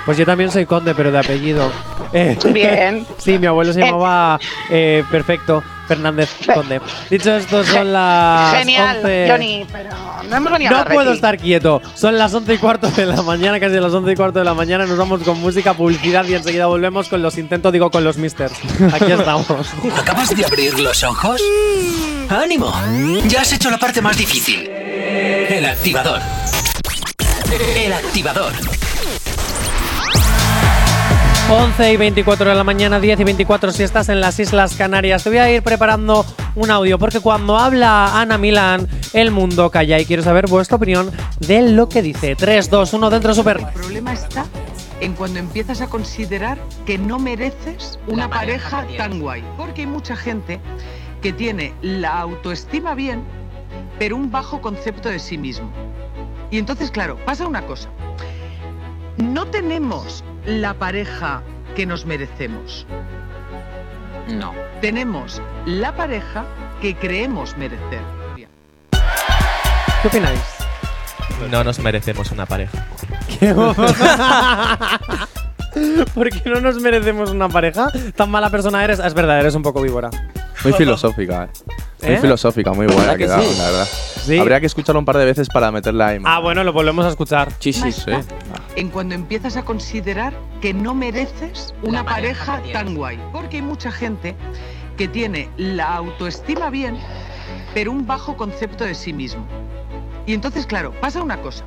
Pues yo también soy conde, pero de apellido. Eh, Bien. sí, mi abuelo se llamaba eh, Perfecto Fernández Conde. Dicho esto, son las. Genial, 11. Johnny, pero no hemos venido a No hablar de puedo ti. estar quieto. Son las 11 y cuarto de la mañana, casi las 11 y cuarto de la mañana. Nos vamos con música, publicidad y enseguida volvemos con los intentos, digo, con los misters. Aquí estamos. ¿Acabas de abrir los ojos? Mm. ¡Ánimo! Ya has hecho la parte más difícil. El activador. El activador. 11 y 24 de la mañana, 10 y 24 si estás en las Islas Canarias. Te voy a ir preparando un audio porque cuando habla Ana Milán, el mundo calla y quiero saber vuestra opinión de lo que dice. 3, 2, 1, dentro, super. El problema está en cuando empiezas a considerar que no mereces una pareja, tan guay. Porque hay mucha gente que tiene la autoestima bien, pero un bajo concepto de sí mismo. Y entonces, claro, pasa una cosa. No tenemos la pareja que nos merecemos. No. Tenemos la pareja que creemos merecer. ¿Qué opináis? No nos merecemos una pareja. ¿Por qué no nos merecemos una pareja? Tan mala persona eres. Ah, Es verdad, eres un poco víbora. Muy filosófica, eh. ¿Eh? Muy filosófica, muy ¿Verdad buena ha que quedado, sí? la verdad. Sí. Habría que escucharlo un par de veces para meterla ahí. Ah, bueno, lo volvemos a escuchar. Sí, sí, en cuando empiezas a considerar que no mereces una pareja, tan guay. Porque hay mucha gente que tiene la autoestima bien, pero un bajo concepto de sí mismo. Y entonces, claro, pasa una cosa.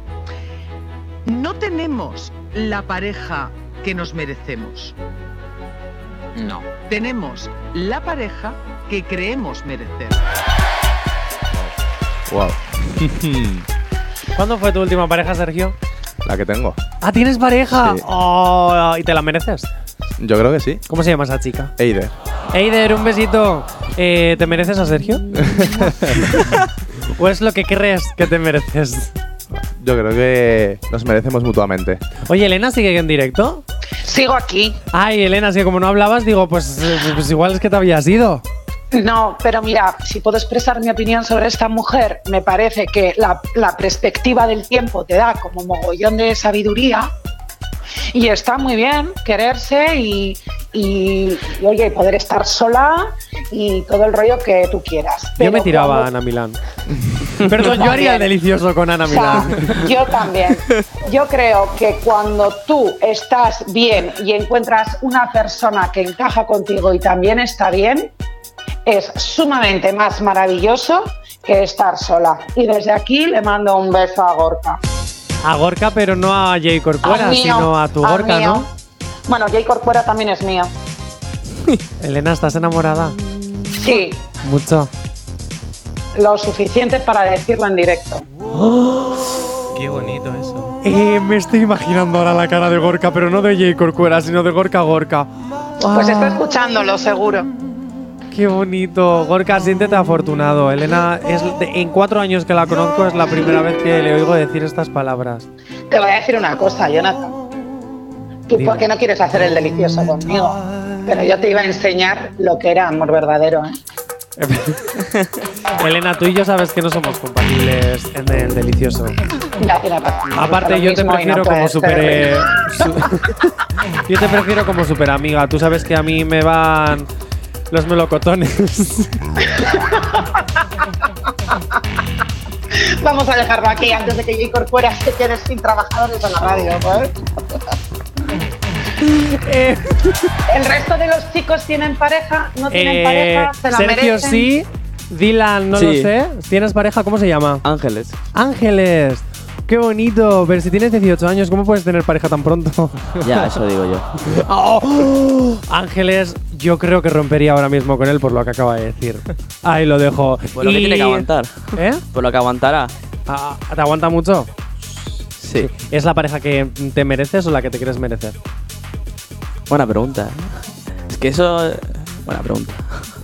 No tenemos la pareja que nos merecemos. No. Tenemos la pareja que creemos merecer. Wow. ¿Cuándo fue tu última pareja, Sergio? la que tengo. Ah, ¿tienes pareja? Oh, ¿Y te la mereces? Yo creo que sí. ¿Cómo se llama esa chica? Eider. Eider, un besito. Eh, ¿Te mereces a Sergio? ¿O es lo que crees que te mereces? Yo creo que nos merecemos mutuamente. Oye, Elena sigue en directo. Sigo aquí. Ay, Elena, es que como no hablabas, digo, pues, eh, pues igual es que te habías ido. No, pero mira, si puedo expresar mi opinión sobre esta mujer, me parece que la, la perspectiva del tiempo te da como mogollón de sabiduría y está muy bien quererse y, y- y, oye, poder estar sola y todo el rollo que tú quieras. Yo me Pero tiraba a cuando- Ana Milán. Perdón, yo haría el delicioso con Ana O sea, Milán. yo también. Yo creo que cuando tú estás bien y encuentras una persona que encaja contigo y también está bien, es sumamente más maravilloso que estar sola. Y desde aquí le mando un beso a Gorka. A Gorka, pero no a Jay Corcuera, Al mío, sino a tu al Gorka, mío. ¿no? Bueno, Jay Corcuera también es mío. Elena, ¿estás enamorada? Sí, Mucho. lo suficiente para decirlo en directo. ¡Oh! Qué bonito eso. Eh, me estoy imaginando ahora la cara de Gorka, pero no de Jay Corcuera, sino de Gorka Gorka. Pues está escuchándolo, seguro. Qué bonito. Gorka, siéntete afortunado. Elena, es de- en cuatro años que la conozco, es la primera vez que le oigo decir estas palabras. Te voy a decir una cosa, Jonathan. Tú Dime. porque no quieres hacer el delicioso conmigo, pero yo te iba a enseñar lo que era amor verdadero. ¿eh? Elena, tú y yo sabes que no somos compatibles en el delicioso. Ya tiene razón, gusta Aparte, lo yo te mismo y no prefiero como puedes super. eh, ser. su- yo te prefiero como super amiga. Tú sabes que a mí me van los melocotones. Vamos a dejarlo aquí antes de que yo incorpore este que quedes sin trabajadores en la radio. ¿vale? Eh, ¿El resto de los chicos tienen pareja? ¿No tienen Eh, pareja? ¿Se la Sergio merecen? sí, Dylan no lo Sí. sé. ¿Tienes pareja? ¿Cómo se llama? Ángeles. Ángeles. Qué bonito. Pero si tienes 18 años, ¿cómo puedes tener pareja tan pronto? Ya, eso digo yo. Oh. Ángeles, yo creo que rompería ahora mismo con él por lo que acaba de decir. Ahí lo dejo. Por Pues lo que Y- tiene que aguantar. ¿Eh? Por lo que aguantará. Ah, ¿Te aguanta mucho? Sí. ¿Es la pareja que te mereces o la que te quieres merecer? Buena pregunta. ¿eh? Es que eso. Buena pregunta.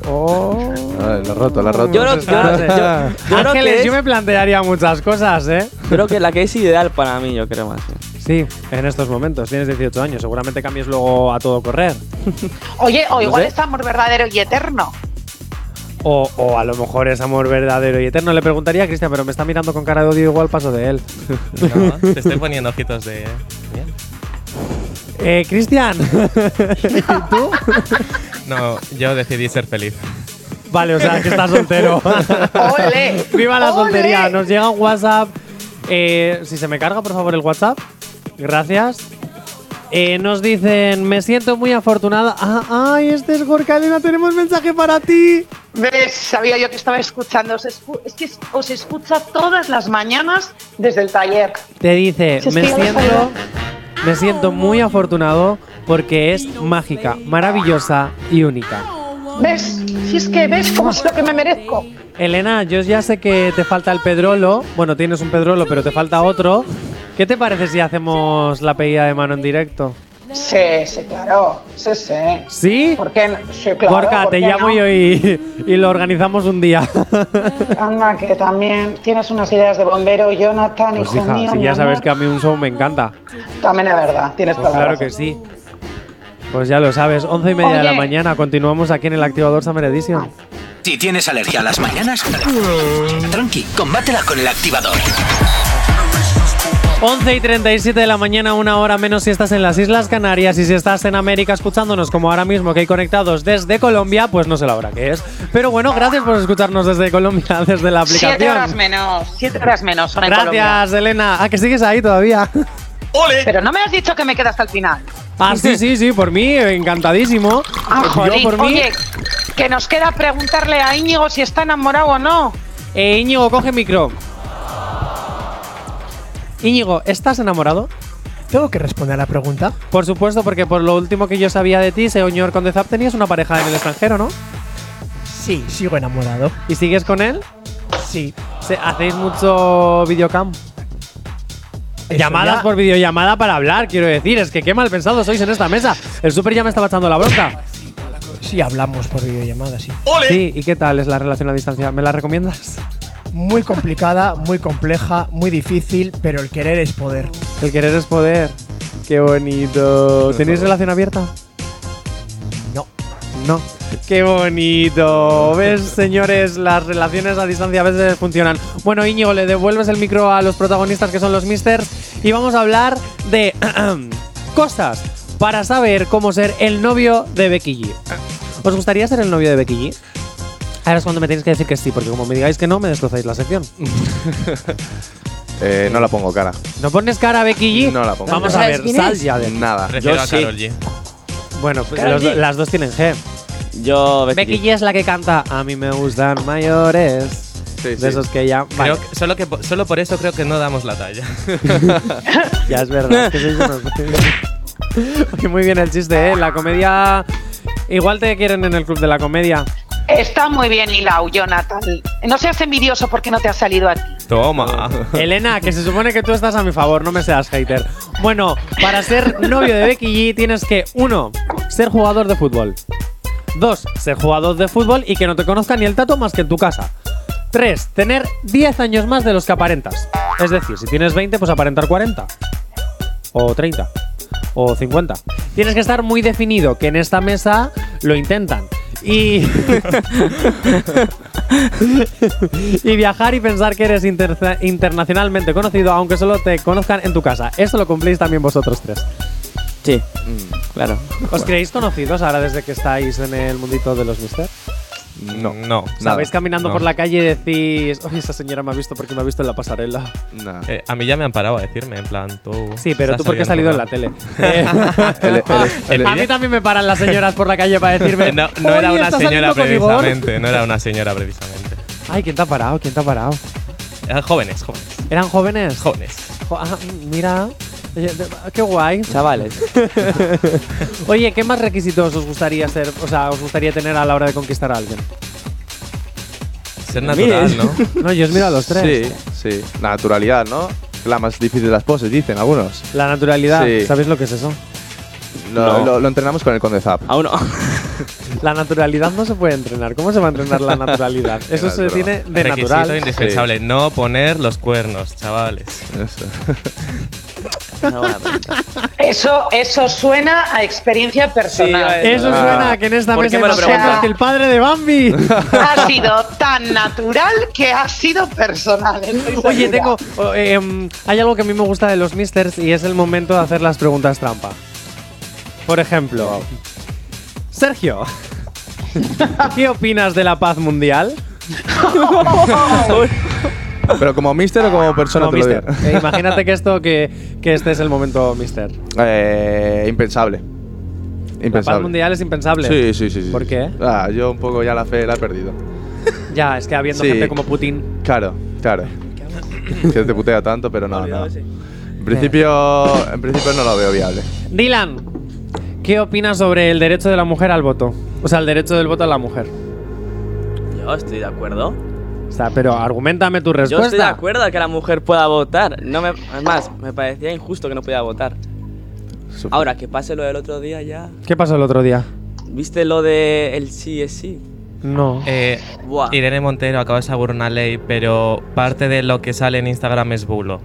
Oh. Ah, la he roto, la he roto. Yo creo, yo- yo- yo creo que Ángeles, es- yo me plantearía muchas cosas, ¿eh? creo que la que es ideal para mí, yo creo más. ¿eh? Sí, en estos momentos. Tienes 18 años. Seguramente cambies luego a todo correr. Oye, o No igual sé. es amor verdadero y eterno. O, o a lo mejor es amor verdadero y eterno. Le preguntaría a Cristian, pero me está mirando con cara de odio igual paso de él. No, te estoy poniendo ojitos de. Bien. eh, Cristian. ¿Y tú? No, yo decidí ser feliz. Vale, o sea, que estás soltero. ¡Ole! ¡Viva la ¡Ole! soltería! Nos llega un WhatsApp. Eh, si se me carga, por favor, el WhatsApp. Gracias. Eh, nos dicen, me siento muy afortunada. Ah, ¡Ay, este es Gorka Elena! ¡Tenemos mensaje para ti! ¿Ves? Sabía yo que estaba escuchando. Os escu- es que os escucha todas las mañanas desde el taller. Te dice, Si es me que yo no siento, sabía". me siento muy afortunado porque es mágica, maravillosa y única. ¿Ves? Si es que ves cómo es lo que me merezco. Elena, yo ya sé que te falta el pedrolo. Bueno, tienes un pedrolo, pero te falta otro. ¿Qué te parece si hacemos la pedida de mano en directo? Sí, sí, claro. Sí, sí. ¿Sí? ¿Por qué no? Sí, claro. Gorka, ¿por te qué llamo no? yo y, y lo organizamos un día. Anda, que también tienes unas ideas de bombero, Jonathan, Pues hijo hija, mío. si mi ya sabes amor. que a mí un show me encanta. También es verdad, tienes Pues toda la claro razón. que sí. Pues ya lo sabes, once y media de la Oye. mañana. Continuamos aquí en el Activador Summer Edition. Si tienes alergia a las mañanas, Mm. tranqui, combátela con el activador. 11 y 37 de la mañana, una hora menos si estás en las Islas Canarias y si estás en América escuchándonos como ahora mismo que hay conectados desde Colombia, pues no sé la hora que es. Pero bueno, gracias por escucharnos desde Colombia, desde la Siete horas aplicación. menos, siete horas menos. Ahora Gracias, Elena. Ah, que sigues ahí todavía. Pero no me has dicho que me quedas hasta el final. Ah, sí, sí, sí, por mí, encantadísimo. Ah, Yo jolín. por mí. Oye, que nos queda preguntarle a Íñigo si está enamorado o no. Eh, Íñigo, coge micro. Íñigo, ¿estás enamorado? Tengo que responder a la pregunta. Por supuesto, porque por lo último que yo sabía de ti, señor Conde Zap, tenías una pareja en el extranjero, ¿no? Sí, sigo enamorado. ¿Y sigues con él? Sí. ¿Hacéis mucho videocam? Eso Llamadas ya. por videollamada para hablar, quiero decir. Es que qué mal pensado sois en esta mesa. El super ya me estaba echando la bronca. Sí, hablamos por videollamada, sí. Sí, ¿y qué tal es la relación a distancia? ¿Me la recomiendas? Muy complicada, muy compleja, muy difícil, pero el querer es poder. El querer es poder. Qué bonito. ¿Tenéis relación abierta? No. No. Qué bonito. ¿Ves, señores? Las relaciones a distancia a veces funcionan. Bueno, Íñigo, le devuelves el micro a los protagonistas que son los misters y vamos a hablar de cosas para saber cómo ser el novio de Becky G. ¿Os gustaría ser el novio de Becky G? Ahora es cuando me tenéis que decir que sí, porque como me digáis que no, me destrozáis la sección. Eh, no la pongo cara. ¿No pones cara a Becky G? No la pongo Vamos cara. a ver, ¿Sabes quién sal es? ya de Nada. Prefiero a Karol G. Bueno, pues Karol los do- G. las dos tienen G. Yo, Becky, G es la que canta Pues A mí me gustan mayores. de sí. esos que ya. Creo Vale, que- solo, que, po- solo por eso creo que no damos la talla. ya es verdad. es que sois unos- Oye, muy bien el chiste, ¿eh? La comedia. Igual te quieren en el club de la comedia. Está muy bien hilado, Jonathan. No seas envidioso porque no te ha salido a ti. Toma. Elena, que se supone que tú estás a mi favor, no me seas hater. Bueno, para ser novio de Becky G tienes que, uno, ser jugador de fútbol. Dos, ser jugador de fútbol y que no te conozca ni el tato más que en tu casa. Tres, tener 10 años más de los que aparentas. Es decir, si tienes 20, pues aparentar 40. O 30. O 50. Tienes que estar muy definido, que en esta mesa lo intentan. Y... y viajar y pensar que eres interza- internacionalmente conocido, aunque solo te conozcan en tu casa. Esto lo cumplís también vosotros tres. Sí, Mm. claro. ¿Os creéis conocidos ahora desde que estáis en el mundito de los mister? No, no. ¿Sabéis caminando No. por la calle y decís, oye, esa señora me ha visto porque me ha visto en la pasarela? Eh, a mí ya me han parado a decirme, en plan, tú. Sí, pero tú estás porque has salido en la tele. saliendo Eh, El- el- el- a mí también me paran las señoras por la calle para decirme. No, no era "Oye, una ¿estás señora saliendo con Igor?". precisamente, no era una señora precisamente. Ay, ¿quién te ha parado? ¿Quién te ha parado? Eran jóvenes, jóvenes. ¿Eran jóvenes? Jóvenes. Jo- ah, mira. Oye, de- Qué guay. Chavales. Oye, ¿qué más requisitos os gustaría ser, o sea, os gustaría tener a la hora de conquistar a alguien? Ser natural, ¿no? No, yo os miro a los tres. Sí, sí. La naturalidad, ¿no? La más difícil de las poses, dicen algunos. La naturalidad, Sí. ¿sabéis lo que es eso? Lo, No. lo- lo entrenamos con el Conde Zap. Ah, Aún no. La naturalidad no se puede entrenar. ¿Cómo se va a entrenar la naturalidad? Eso se tiene de Requisito natural. indispensable, no poner los cuernos, chavales. Ah, pues Eso, eso suena a experiencia personal. Eso suena Ah. a que en esta mesa hay más O cosas que el padre de Bambi. sea, ha sido tan natural que ha sido personal. ¿eh? estoy segura. Oye, tengo. o, eh, em, hay algo que a mí me gusta de los Misters y es el momento de hacer las preguntas trampa. Por ejemplo, Sergio, ¿qué opinas de la paz mundial? Pero como mister o como persona No, te lo mister. digo? eh, imagínate que esto, que, que este es el momento, Mister. Eh, impensable. Impensable. La paz mundial es impensable. Sí, sí, sí. sí. ¿Por qué? Ah, yo un poco ya la fe la he perdido. Ya, es que habiendo Sí. gente como Putin. Claro, claro. que te putea tanto, pero no, no. En principio, en principio no lo veo viable. Dylan, ¿qué opinas sobre el derecho de la mujer al voto? O sea, el derecho del voto a la mujer. Yo estoy de acuerdo. O sea, pero argumentame tu respuesta. Yo estoy de acuerdo a que la mujer pueda votar. No me, es más, me parecía injusto que no pudiera votar. Ahora, que pase lo del otro día ya. ¿Qué pasó el otro día? ¿Viste lo de el sí es sí? No. Eh, Buah. Irene Montero acaba de sacar una ley, pero parte de lo que sale en Instagram es bulo.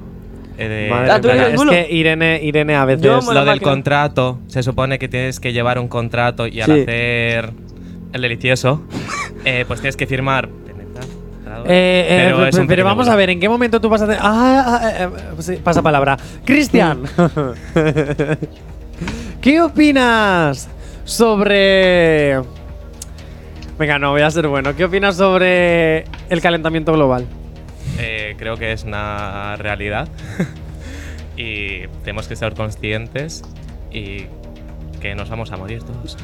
Eh, de- Madre mía, es que Irene, Irene a veces. lo del contrato, se supone que tienes que llevar un contrato y al Sí. hacer el delicioso, eh, pues tienes que firmar. Eh, eh, Pero pe- es un pero, pequeño vamos a ver, ¿en qué momento tú vas a hacer? Ah, ah, eh, eh, sí, pasa palabra. Cristian, ¿qué opinas sobre? Venga, no, voy a ser bueno. ¿Qué opinas sobre el calentamiento global? Eh, creo que es una realidad y tenemos que ser conscientes y que nos vamos a morir todos.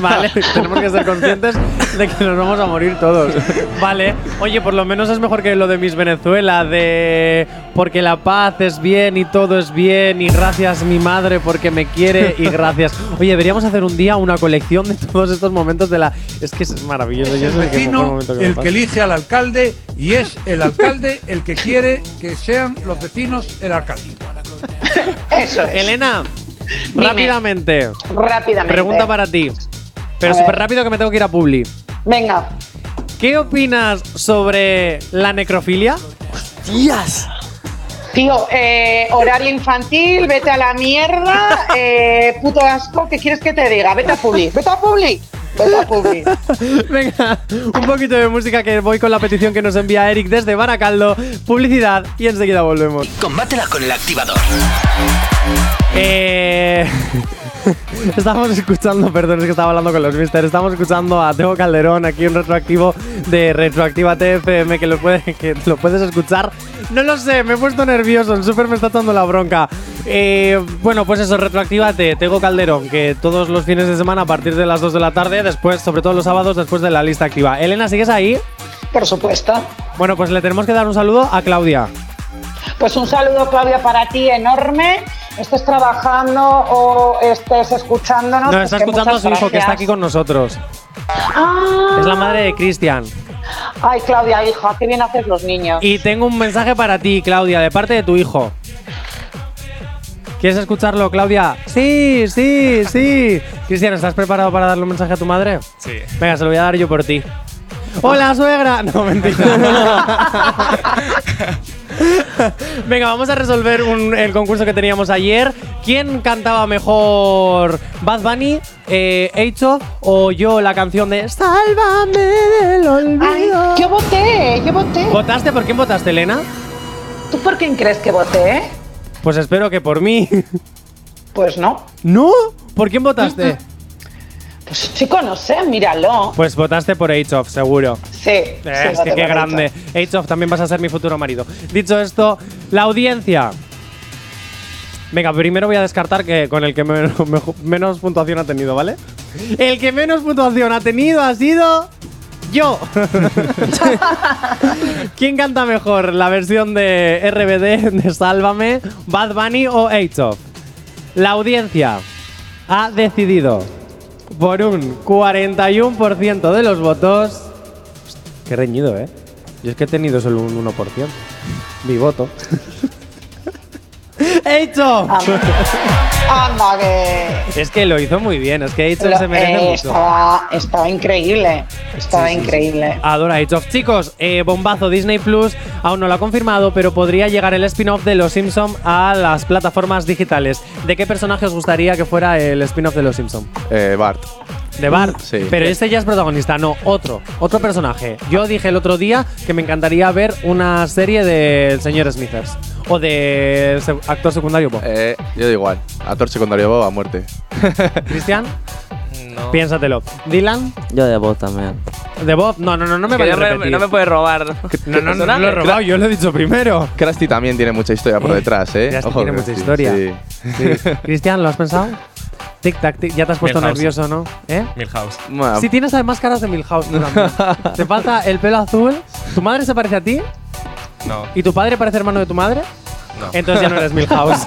vale, tenemos que ser conscientes de que nos vamos a morir todos. Vale, oye, por lo menos es mejor que lo de Miss Venezuela, de porque la paz es bien y todo es bien y gracias mi madre porque me quiere y gracias. Oye, deberíamos hacer un día una colección de todos estos momentos de la... Es que es maravilloso. yo el es el que mejor vecino momento que me el pasa. que elige al alcalde y es el alcalde el que quiere que sean los vecinos el alcalde. Eso es. Elena, Dime. rápidamente. Rápidamente. Pregunta para ti. Pero A súper ver. rápido que me tengo que ir a Publi. Venga. ¿Qué opinas sobre la necrofilia? ¡Tías! Tío, eh, horario infantil, vete a la mierda, eh, puto asco, ¿qué quieres que te diga? Vete a Publi, vete a Publi, vete a Publi. Venga, un poquito de música que voy con la petición que nos envía Eric desde Baracaldo, publicidad y enseguida volvemos. Combátela con el activador. Eh, Estamos escuchando, perdón, es que estaba hablando con los mister. Estamos escuchando a Teo Calderón aquí en retroactivo de Retroactiva TFM, que lo, puede- que lo puedes escuchar. No lo sé, me he puesto nervioso, el super me está dando la bronca. Eh, bueno, pues eso, Retroactívate, Teo Calderón, que todos los fines de semana a partir de las 2 de la tarde, después, sobre todo los sábados, después de la lista activa. Elena, ¿sigues ahí? Por supuesto. Bueno, pues le tenemos que dar un saludo a Claudia. Pues un saludo, Claudia, para ti enorme. Estés trabajando o estés escuchándonos. Nos pues está que escuchando a muchas su hijo, que está gracias. aquí con nosotros. Ah, Es la madre de Cristian. Ay, Claudia, hija, qué bien haces los niños. Y tengo un mensaje para ti, Claudia, de parte de tu hijo. ¿Quieres escucharlo, Claudia? Sí, sí, sí. Cristian, ¿estás preparado para darle un mensaje a tu madre? Sí. Venga, se lo voy a dar yo por ti. ¡Hola, suegra! No, mentira. Venga, vamos a resolver un- el concurso que teníamos ayer. ¿Quién cantaba mejor? ¿Bad Bunny, eh, Eicho o yo la canción de Sálvame del olvido? Yo voté, yo voté. ¿Votaste? ¿Por quién votaste, Elena? ¿Tú por quién crees que voté? Pues espero que por mí. Pues no. ¿No? ¿Por quién votaste? Pues chico, no sé, míralo. Pues votaste por Age of, seguro. Sí. sí, Eh, es voté que qué por grande. Nacho. Age of, también vas a ser mi futuro marido. Dicho esto, la audiencia. Venga, primero voy a descartar que con el que men- mejo- menos puntuación ha tenido, ¿vale? El que menos puntuación ha tenido ha sido yo. ¿Quién canta mejor, la versión de RBD de Sálvame, Bad Bunny o Age of? La audiencia ha decidido por un 41% de los votos. Qué reñido, ¿eh? Yo es que he tenido solo un 1%. Mi voto. ¡Hecho! Anda, que. es que lo hizo muy bien, es que Hecho Lo- se merece eh, mucho. estaba, estaba increíble. Estaba Sí, sí, sí. increíble. Adora Hitchcock. Chicos, eh, bombazo Disney Plus. Aún no lo ha confirmado, pero podría llegar el spin-off de Los Simpson a las plataformas digitales. ¿De qué personaje os gustaría que fuera el spin-off de Los Simpson? Eh, Bart. De Bart. Mm, Sí. Pero este ya es protagonista, no, otro, otro personaje. Yo dije el otro día que me encantaría ver una serie del señor Smithers o del se- actor secundario Bob. Eh, yo da igual. Actor secundario Bob a muerte. ¿Cristian? Piénsatelo. ¿Dylan? Yo de voz también. ¿De Bob? No, no, no, no me Que vayas no, a me, repetir. no me puedes robar. No, no, no, no lo he robado, yo lo he dicho primero. Krusty también tiene mucha historia por detrás, ¿eh? Krusty tiene mucha Krusty, historia. Sí. Sí. Cristian, ¿lo has pensado? Tic tac, tic. Ya te has puesto Milhouse. nervioso, ¿no? ¿Eh? Milhouse. Bueno, Si tienes las máscaras de Milhouse, tú también. te falta el pelo azul. ¿Tu madre se parece a ti? No. ¿Y tu padre parece hermano de tu madre? No. Entonces ya no eres Milhouse.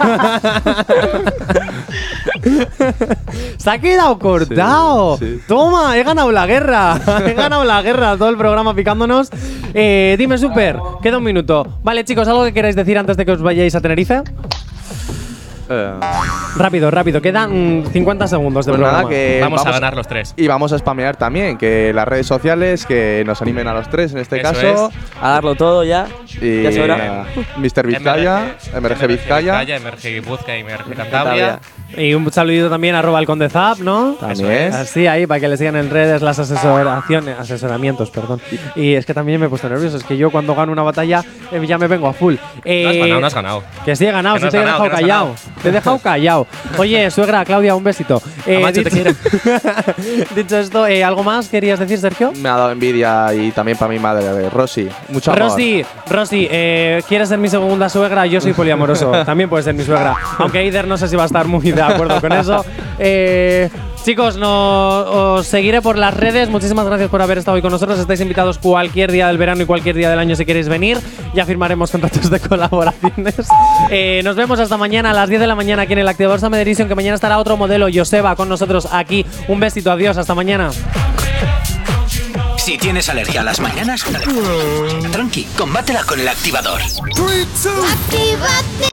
Se ha quedado cortado. Toma, he ganado la guerra. he ganado la guerra. Todo el programa picándonos. Eh, dime, Super. Queda un minuto. Vale, chicos, ¿algo que queráis decir antes de que os vayáis a Tenerife? Eh, Rápido, rápido. Quedan mm, 50 segundos de pues programa. nada, que los tres. Y vamos a spamear también, que las redes sociales, que nos animen a los tres en este Eso caso. A darlo todo ya. Y Ya es hora. Mr. Vizcaya, MRG, Vizcaya. Emerge Buzca y Emerge Cantabria. Cantabria. Y un saludito también arroba el conde Zap, ¿no? También. Eso es. Así ahí, para que le sigan en redes las asesoraciones, asesoramientos, perdón. Y es que también me he puesto nervioso, es que yo cuando gano una batalla eh, ya me vengo a full. Eh, No has ganado, no has ganado. Que sí he ganado, Que sí no has te he ganado, dejado que no has callado. ganado. Te he dejado callado. Oye, suegra, Claudia, un besito. Eh, Camacho, te dicho, dicho esto, eh, ¿algo más querías decir, Sergio? Me ha dado envidia y también para mi madre, eh, Rosy. Mucho amor. Rosy, Rosy, eh, ¿quieres ser mi segunda suegra? Yo soy poliamoroso. También puedes ser mi suegra. Aunque Eider no sé si va a estar muy de acuerdo con eso. Eh, chicos, no, os seguiré por las redes. Muchísimas gracias por haber estado hoy con nosotros. Estáis invitados cualquier día del verano y cualquier día del año si queréis venir. Ya firmaremos contratos de colaboraciones. Eh, nos vemos hasta mañana a las 10 de la mañana aquí en el Activador Summer Edition, que mañana estará otro modelo, Joseba, con nosotros aquí. Un besito, adiós, hasta mañana. Si tienes alergia a las Mm. mañanas, tranqui, combátela con el activador. Actívate.